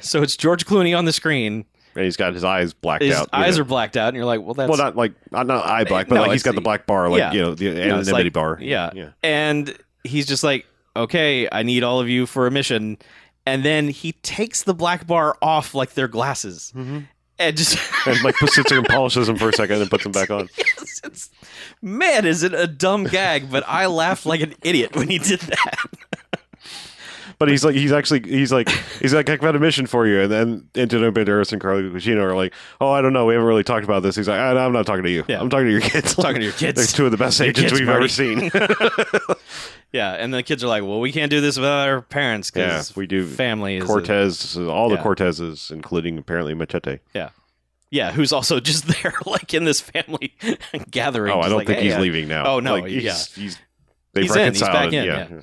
[SPEAKER 1] So it's George Clooney on the screen.
[SPEAKER 2] and he's got his eyes blacked
[SPEAKER 1] His
[SPEAKER 2] out. you
[SPEAKER 1] eyes
[SPEAKER 2] know.
[SPEAKER 1] are blacked out, and you're like, "Well, that's
[SPEAKER 2] well, not like not, not eye black, but
[SPEAKER 1] No,
[SPEAKER 2] like he's
[SPEAKER 1] it's-
[SPEAKER 2] got the black bar, like
[SPEAKER 1] yeah.
[SPEAKER 2] you know the
[SPEAKER 1] No, it's
[SPEAKER 2] anonymity
[SPEAKER 1] like-
[SPEAKER 2] bar.
[SPEAKER 1] yeah.
[SPEAKER 2] yeah.
[SPEAKER 1] And he's just like, "Okay, I need all of you for a mission." And then he takes the black bar off like their glasses, and just *laughs*
[SPEAKER 2] And like sits there and polishes them for a second and puts them back on.
[SPEAKER 1] yes, *laughs* it's, man, is it a dumb gag? But I laughed like an idiot when he did that.
[SPEAKER 2] But he's like, he's actually, he's like, he's like, I've got a mission for you. And then Antonio Banderas and Carlo Gugino are like, oh, I don't know, we haven't really talked about this. He's like, I, I'm not talking to you.
[SPEAKER 1] Yeah.
[SPEAKER 2] I'm talking to your
[SPEAKER 1] *laughs*
[SPEAKER 2] kids.
[SPEAKER 1] talking to your kids.
[SPEAKER 2] They're two of the best
[SPEAKER 1] Your
[SPEAKER 2] agents
[SPEAKER 1] kids,
[SPEAKER 2] we've
[SPEAKER 1] Marty.
[SPEAKER 2] ever
[SPEAKER 1] *laughs*
[SPEAKER 2] seen. *laughs*
[SPEAKER 1] yeah, and the kids are like, "Well, we can't do this without our parents because
[SPEAKER 2] Yeah, we do
[SPEAKER 1] family is a-
[SPEAKER 2] Cortez, all the
[SPEAKER 1] Yeah.
[SPEAKER 2] Cortezes, including apparently Machete.
[SPEAKER 1] yeah, yeah, who's also *laughs* just there like in this family *laughs* gathering.
[SPEAKER 2] Oh, I
[SPEAKER 1] just
[SPEAKER 2] don't
[SPEAKER 1] like,
[SPEAKER 2] think
[SPEAKER 1] "Hey,
[SPEAKER 2] he's
[SPEAKER 1] yeah."
[SPEAKER 2] leaving now.
[SPEAKER 1] Oh, no,
[SPEAKER 2] Like, he's,
[SPEAKER 1] yeah.
[SPEAKER 2] he's they've
[SPEAKER 1] He's in, he's
[SPEAKER 2] reconciled.
[SPEAKER 1] back in,
[SPEAKER 2] yeah.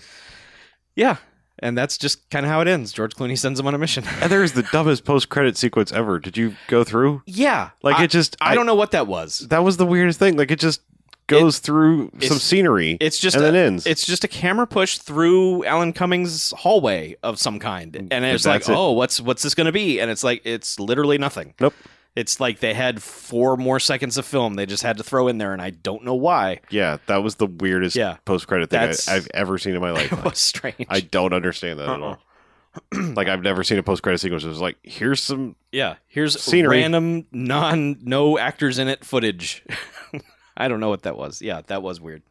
[SPEAKER 1] Yeah, and that's just kind of how it ends. George Clooney sends him on a mission. *laughs*
[SPEAKER 2] and there's the dumbest post-credit sequence ever. Did you go through?
[SPEAKER 1] yeah,
[SPEAKER 2] Like
[SPEAKER 1] I,
[SPEAKER 2] it just,
[SPEAKER 1] I don't know what that was.
[SPEAKER 2] That was the weirdest thing. Like it just goes through some
[SPEAKER 1] it's-
[SPEAKER 2] scenery.
[SPEAKER 1] It's just
[SPEAKER 2] and
[SPEAKER 1] a,
[SPEAKER 2] then ends.
[SPEAKER 1] It's just a camera push through Alan Cummings' hallway of some kind, and it's like,
[SPEAKER 2] Mm, That's it.
[SPEAKER 1] oh, what's what's this going to be? And it's like, it's literally nothing.
[SPEAKER 2] nope.
[SPEAKER 1] It's like they had four more seconds of film they just had to throw in there, and I don't know why. *laughs*
[SPEAKER 2] Yeah, that was the weirdest
[SPEAKER 1] Yeah.
[SPEAKER 2] post-credit thing
[SPEAKER 1] That's-
[SPEAKER 2] I, I've ever seen in
[SPEAKER 1] *laughs*
[SPEAKER 2] my
[SPEAKER 1] It
[SPEAKER 2] life.
[SPEAKER 1] was strange.
[SPEAKER 2] I don't understand that at all.
[SPEAKER 1] Uh-uh.
[SPEAKER 2] *clears throat* like I've never seen a post-credit sequence. that was like here's some
[SPEAKER 1] yeah, here's
[SPEAKER 2] Scenery.
[SPEAKER 1] random non no actors in it footage. *laughs* I don't know what that was. Yeah, that was weird.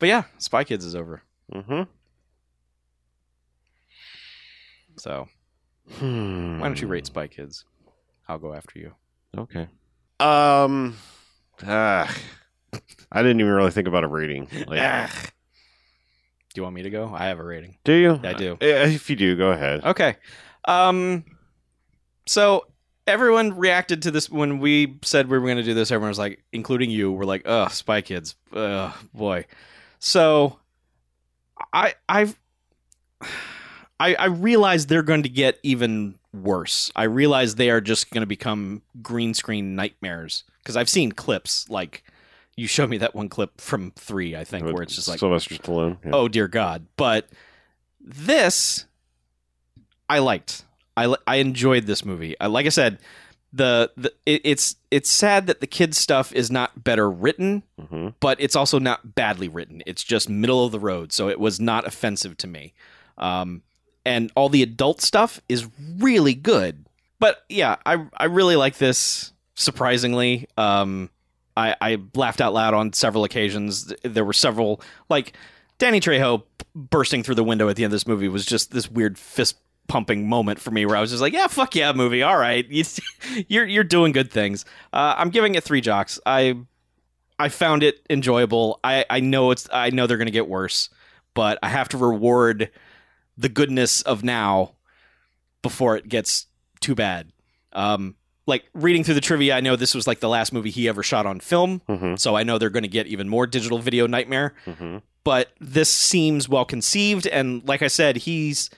[SPEAKER 1] But yeah, Spy Kids is over.
[SPEAKER 2] Mhm.
[SPEAKER 1] So
[SPEAKER 2] Hmm.
[SPEAKER 1] why don't you rate Spy Kids? I'll go after you.
[SPEAKER 2] Okay. Um, ah, I didn't even really think about a rating. Like,
[SPEAKER 1] Ah. Do you want me to go? I have a rating.
[SPEAKER 2] do you?
[SPEAKER 1] I do.
[SPEAKER 2] Uh, If you do, go ahead.
[SPEAKER 1] Okay. Um so everyone reacted to this when we said we were going to do this everyone was like including you were like ugh spy kids ugh boy so i i've i i realize they're going to get even worse i realize they are just going to become green screen nightmares because i've seen clips like you showed me that one clip from three i think
[SPEAKER 2] With
[SPEAKER 1] where it's just like
[SPEAKER 2] Sylvester Stallone. yeah.
[SPEAKER 1] oh dear god but this i liked i li- i enjoyed this movie I, like i said the, the it, it's it's sad that the kids stuff is not better written
[SPEAKER 2] Mhm.
[SPEAKER 1] but it's also not badly written it's just middle of the road so it was not offensive to me um and all the adult stuff is really good but yeah i i really like this surprisingly um I, I laughed out loud on several occasions. There were several, like Danny Trejo bursting through the window at the end of this movie was just this weird fist pumping moment for me where I was just like, yeah, fuck yeah, movie. All right. *laughs* You- You're, you're doing good things. Uh, I'm giving it three jocks. I, I found it enjoyable. I, I know it's, I know they're going to get worse, but I have to reward the goodness of now before it gets too bad. Um, like reading through the trivia, I know this was like the last movie he ever shot on film.
[SPEAKER 2] Mhm.
[SPEAKER 1] So I know they're going to get even more digital video nightmare
[SPEAKER 2] Mhm.
[SPEAKER 1] but this seems well conceived and like i said he's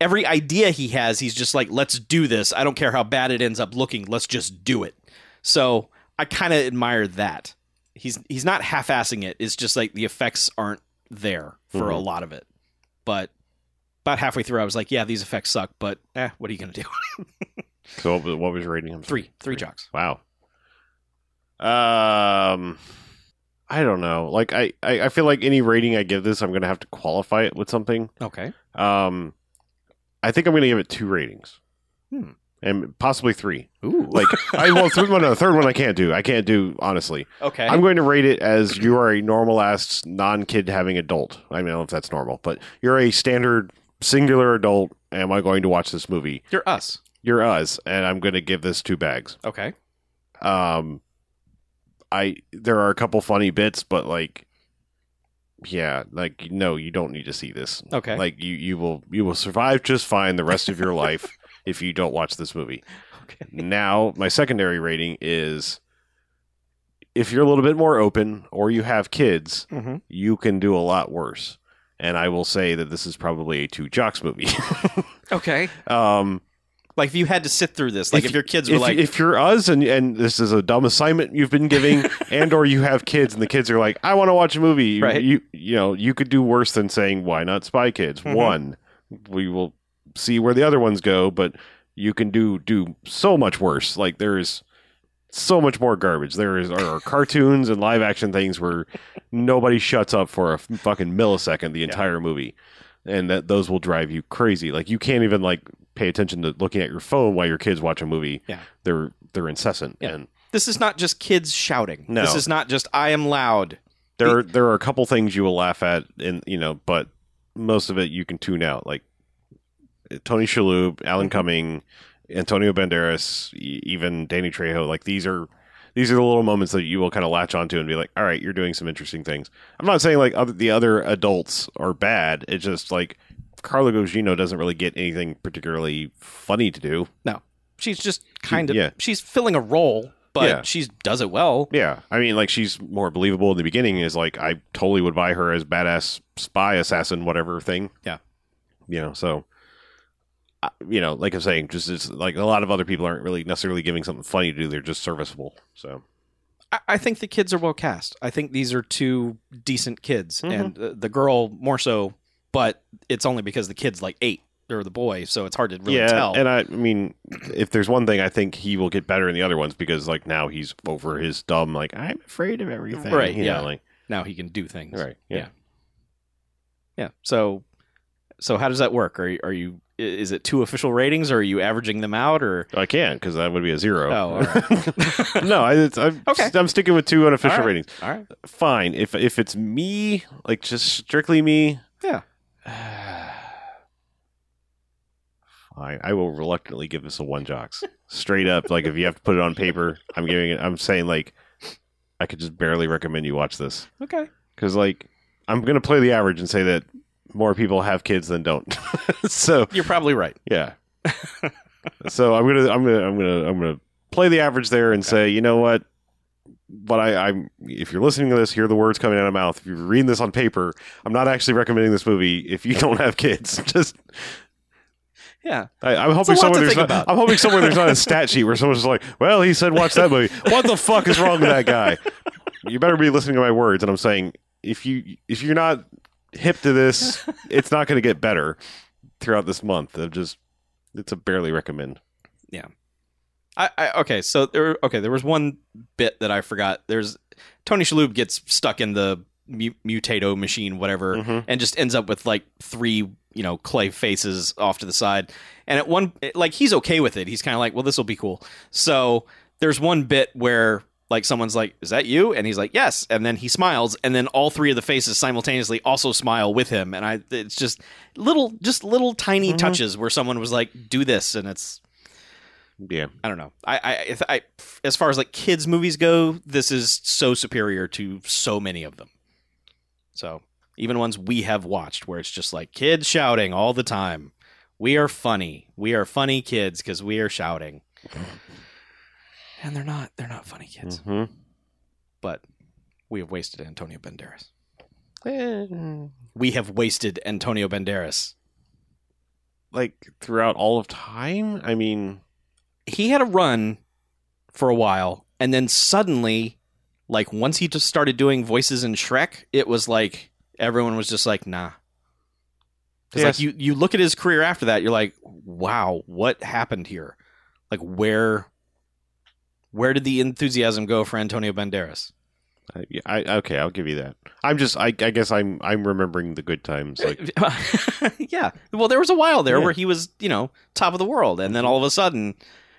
[SPEAKER 1] every idea he has he's just like let's do this i don't care how bad it ends up looking let's just do it so i kind of admire that he's he's not half-assing it it's just like the effects aren't there for a
[SPEAKER 2] Mhm.
[SPEAKER 1] lot of it but about halfway through i was like yeah these effects suck but eh, what are you gonna do *laughs*
[SPEAKER 2] So what was, what was your rating? I'm sorry.
[SPEAKER 1] three three jocks
[SPEAKER 2] Wow. Um, I don't know. Like I, I, I feel like any rating I give this, I'm gonna have to qualify it with something.
[SPEAKER 1] okay
[SPEAKER 2] Um, I think I'm gonna give it two ratings,
[SPEAKER 1] Hmm.
[SPEAKER 2] and possibly three.
[SPEAKER 1] oooo
[SPEAKER 2] Like I well, third one, no, the third one I can't do. I can't do honestly.
[SPEAKER 1] okay
[SPEAKER 2] I'm going to rate it as you are a normal ass non kid having adult. I mean, I don't know if that's normal, but you're a standard singular adult. Am I going to watch this movie?
[SPEAKER 1] you're us
[SPEAKER 2] You're us, and I'm going to give this two bags.
[SPEAKER 1] okay
[SPEAKER 2] Um, I there are a couple funny bits, but like, yeah, like no, you don't need to see this.
[SPEAKER 1] okay
[SPEAKER 2] Like you, you will you will survive just fine the rest of your life *laughs* if you don't watch this movie.
[SPEAKER 1] okay
[SPEAKER 2] Now, my secondary rating is if you're a little bit more open or you have kids,
[SPEAKER 1] mm-hmm.
[SPEAKER 2] you can do a lot worse. And I will say that this is probably a two jocks movie. *laughs*
[SPEAKER 1] okay
[SPEAKER 2] um,
[SPEAKER 1] like if you had to sit through this like if,
[SPEAKER 2] If-
[SPEAKER 1] your kids were
[SPEAKER 2] if,
[SPEAKER 1] like
[SPEAKER 2] if you're us and and this is a dumb assignment you've been
[SPEAKER 1] *laughs*
[SPEAKER 2] giving and or you have kids and the kids are like i want to watch a movie you,
[SPEAKER 1] Right.
[SPEAKER 2] you you know you could do worse than saying why not spy kids
[SPEAKER 1] Mhm.
[SPEAKER 2] one we will see where the other ones go but you can do do so much worse like there is so much more garbage there is are cartoons and live action things where nobody shuts up for a fucking millisecond the entire movie and that those will drive you crazy like you can't even like pay attention to looking at your phone while your kids watch a movie
[SPEAKER 1] Yeah.
[SPEAKER 2] they're they're incessant
[SPEAKER 1] Yeah.
[SPEAKER 2] and
[SPEAKER 1] this is not just kids shouting.
[SPEAKER 2] No.
[SPEAKER 1] This is not just I am loud.
[SPEAKER 2] there are, there are a couple things you will laugh at and you know but most of it you can tune out like Tony Shalhoub, Alan Cumming, Antonio Banderas, e- even Danny Trejo. Like these are these are the little moments that you will kind of latch onto and be like, all right, you're doing some interesting things. I'm not saying like other, the other adults are bad. It's just like Carla Gugino doesn't really get anything particularly funny to do.
[SPEAKER 1] She's just kind of
[SPEAKER 2] yeah.
[SPEAKER 1] she's filling a role, but
[SPEAKER 2] Yeah.
[SPEAKER 1] she does it well.
[SPEAKER 2] Yeah, I mean, like she's more believable in the beginning. Is like I totally would buy her as badass spy assassin, whatever thing.
[SPEAKER 1] Yeah.
[SPEAKER 2] you know, so I- you know, like I'm saying, just it's like a lot of other people aren't really necessarily giving something funny to do. They're just serviceable. So
[SPEAKER 1] I, I think the kids are well cast. I think these are two decent kids,
[SPEAKER 2] Mhm.
[SPEAKER 1] and uh, the girl more so, but it's only because the kid's like eight or the boy, so it's hard to really
[SPEAKER 2] yeah,
[SPEAKER 1] tell.
[SPEAKER 2] and I, I mean, if there's one thing I think he will get better in the other ones because like now he's over his dumb like I'm afraid of everything.
[SPEAKER 1] Right,
[SPEAKER 2] you
[SPEAKER 1] yeah.
[SPEAKER 2] Know, like,
[SPEAKER 1] now he can do things.
[SPEAKER 2] right.
[SPEAKER 1] Yeah. Yeah. So, so how does that work? Are you, are you i- is it two official ratings, or are you averaging them out, or
[SPEAKER 2] I can't because that would be a zero.
[SPEAKER 1] Oh, all right.
[SPEAKER 2] *laughs* no, I, it's, I'm,
[SPEAKER 1] Okay.
[SPEAKER 2] I'm sticking with two unofficial
[SPEAKER 1] All right.
[SPEAKER 2] ratings.
[SPEAKER 1] all right?
[SPEAKER 2] fine if if it's me like just strictly me
[SPEAKER 1] Yeah.
[SPEAKER 2] *sighs* fine i will reluctantly give this a one jocks straight up like if you have to put it on paper i'm giving it i'm saying like i could just barely recommend you watch this
[SPEAKER 1] Okay.
[SPEAKER 2] because like i'm gonna play the average and say that more people have kids than don't *laughs* so
[SPEAKER 1] You're probably right.
[SPEAKER 2] yeah so i'm gonna i'm gonna i'm gonna i'm gonna play the average there and say you know what but I, I'm if you're listening to this, hear the words coming out of my mouth. If you're reading this on paper, I'm not actually recommending this movie if you *laughs* don't have kids. Just
[SPEAKER 1] Yeah.
[SPEAKER 2] I, I'm
[SPEAKER 1] a
[SPEAKER 2] hoping
[SPEAKER 1] lot to
[SPEAKER 2] somewhere there's
[SPEAKER 1] think
[SPEAKER 2] not,
[SPEAKER 1] about.
[SPEAKER 2] I'm hoping somewhere
[SPEAKER 1] *laughs*
[SPEAKER 2] there's not a stat sheet where someone's just like, well, he said watch that movie. What the fuck is wrong with that guy? You better be listening to my words, and I'm saying if you if you're not hip to this, it's not going to get better throughout this month. I'm just it's a barely recommend.
[SPEAKER 1] I, I okay. So there. Okay, there was one bit that I forgot. There's Tony Shalhoub gets stuck in the mu- mutato machine, whatever,
[SPEAKER 2] Mm-hmm.
[SPEAKER 1] and just ends up with like three you know clay faces off to the side and at one like he's okay with it he's kind of like well this will be cool so there's one bit where like someone's like is that you and he's like yes and then he smiles and then all three of the faces simultaneously also smile with him and i it's just little just little tiny
[SPEAKER 2] Mhm.
[SPEAKER 1] touches where someone was like do this and it's
[SPEAKER 2] Yeah,
[SPEAKER 1] I don't know. I, I, if I, as far as like kids movies go, this is so superior to so many of them. So even ones we have watched, where it's just like kids shouting all the time. We are funny. We are funny kids because we are shouting. And they're not. They're not funny kids.
[SPEAKER 2] Mhm.
[SPEAKER 1] But we have wasted Antonio Banderas. We have wasted Antonio Banderas.
[SPEAKER 2] like throughout all of time. I mean,
[SPEAKER 1] he had a run for a while and then suddenly like once he just started doing voices in Shrek it was like everyone was just like nah cuz like
[SPEAKER 2] Yes.
[SPEAKER 1] you you look at his career after that you're like wow what happened here like where where did the enthusiasm go for Antonio Banderas
[SPEAKER 2] I, yeah, I okay, I'll give you that. I'm just I, I guess I'm I'm remembering the good times.
[SPEAKER 1] Eh,
[SPEAKER 2] Like *laughs*
[SPEAKER 1] yeah well there was a while there
[SPEAKER 2] Yeah.
[SPEAKER 1] where he was you know top of the world and then all of a sudden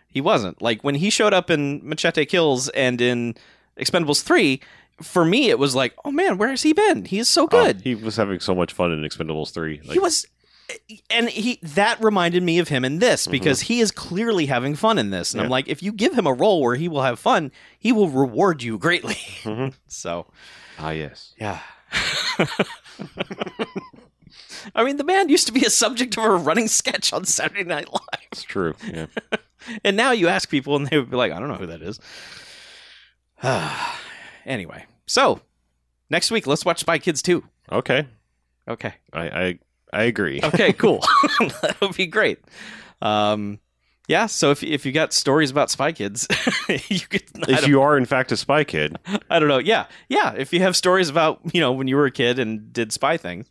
[SPEAKER 1] he wasn't like when he showed up in machete kills and in expendables 3 for me it was like oh man where has he been he is so
[SPEAKER 2] oh,
[SPEAKER 1] good
[SPEAKER 2] he was having so much fun in Expendables three. Like,
[SPEAKER 1] he was and he that reminded me of him in this because he is clearly having fun in this and i'm
[SPEAKER 2] Mm-hmm. Yeah.
[SPEAKER 1] like if you give him a role where he will have fun he will reward you greatly
[SPEAKER 2] Mhm.
[SPEAKER 1] *laughs* so
[SPEAKER 2] ah yes.
[SPEAKER 1] yeah I mean, the man used to be a subject of a running sketch on Saturday Night Live.
[SPEAKER 2] It's true. Yeah.
[SPEAKER 1] And now you ask people, and they would be like, I don't know who that is. *sighs* anyway, so next week, let's watch Spy Kids 2.
[SPEAKER 2] Okay.
[SPEAKER 1] Okay.
[SPEAKER 2] I I, I agree.
[SPEAKER 1] Okay, cool. *laughs* that would be great. Um, yeah, so if, if you got stories about Spy Kids, *laughs* you could. I
[SPEAKER 2] if you are in fact a spy kid,
[SPEAKER 1] I don't know. Yeah. Yeah. If you have stories about, you know, when you were a kid and did spy things,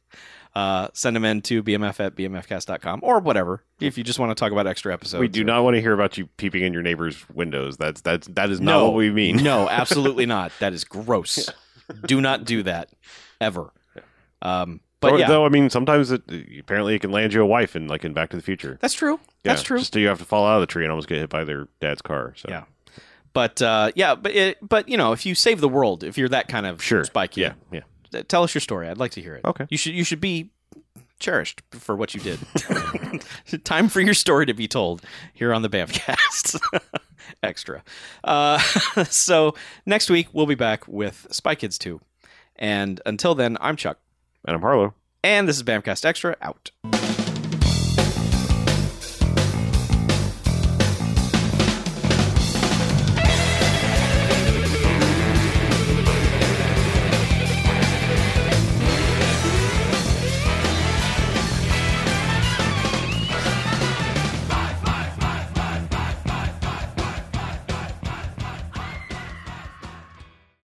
[SPEAKER 1] uh, send them in to bmf at bmfcast.com or whatever. If you just want to talk about extra episodes.
[SPEAKER 2] we do not want to hear about you peeping in your neighbor's windows. That's that's that is not
[SPEAKER 1] No.
[SPEAKER 2] what we
[SPEAKER 1] *laughs*
[SPEAKER 2] mean.
[SPEAKER 1] no, absolutely not. That is gross. do not do that ever. Um, but
[SPEAKER 2] Though-
[SPEAKER 1] yeah,
[SPEAKER 2] Though I mean, sometimes it apparently it can land you a wife in like in Back to the Future.
[SPEAKER 1] that's true. That's
[SPEAKER 2] Yeah,
[SPEAKER 1] true.
[SPEAKER 2] Just so you have to fall out of the tree and almost get hit by their dad's car. So
[SPEAKER 1] Yeah. But uh, yeah, but it, but you know, if you save the world, if you're that kind of
[SPEAKER 2] Sure.
[SPEAKER 1] spy kid,
[SPEAKER 2] yeah, yeah.
[SPEAKER 1] Uh, th- tell us your story. I'd like to hear it.
[SPEAKER 2] Okay.
[SPEAKER 1] You should you should be cherished for what you did. *laughs* Time for your story to be told here on the Bamcast. *laughs* Extra. Uh, *laughs* so next week we'll be back with Spy Kids 2. And until then, I'm Chuck.
[SPEAKER 2] And I'm Harlow.
[SPEAKER 1] And this is Bamcast Extra out.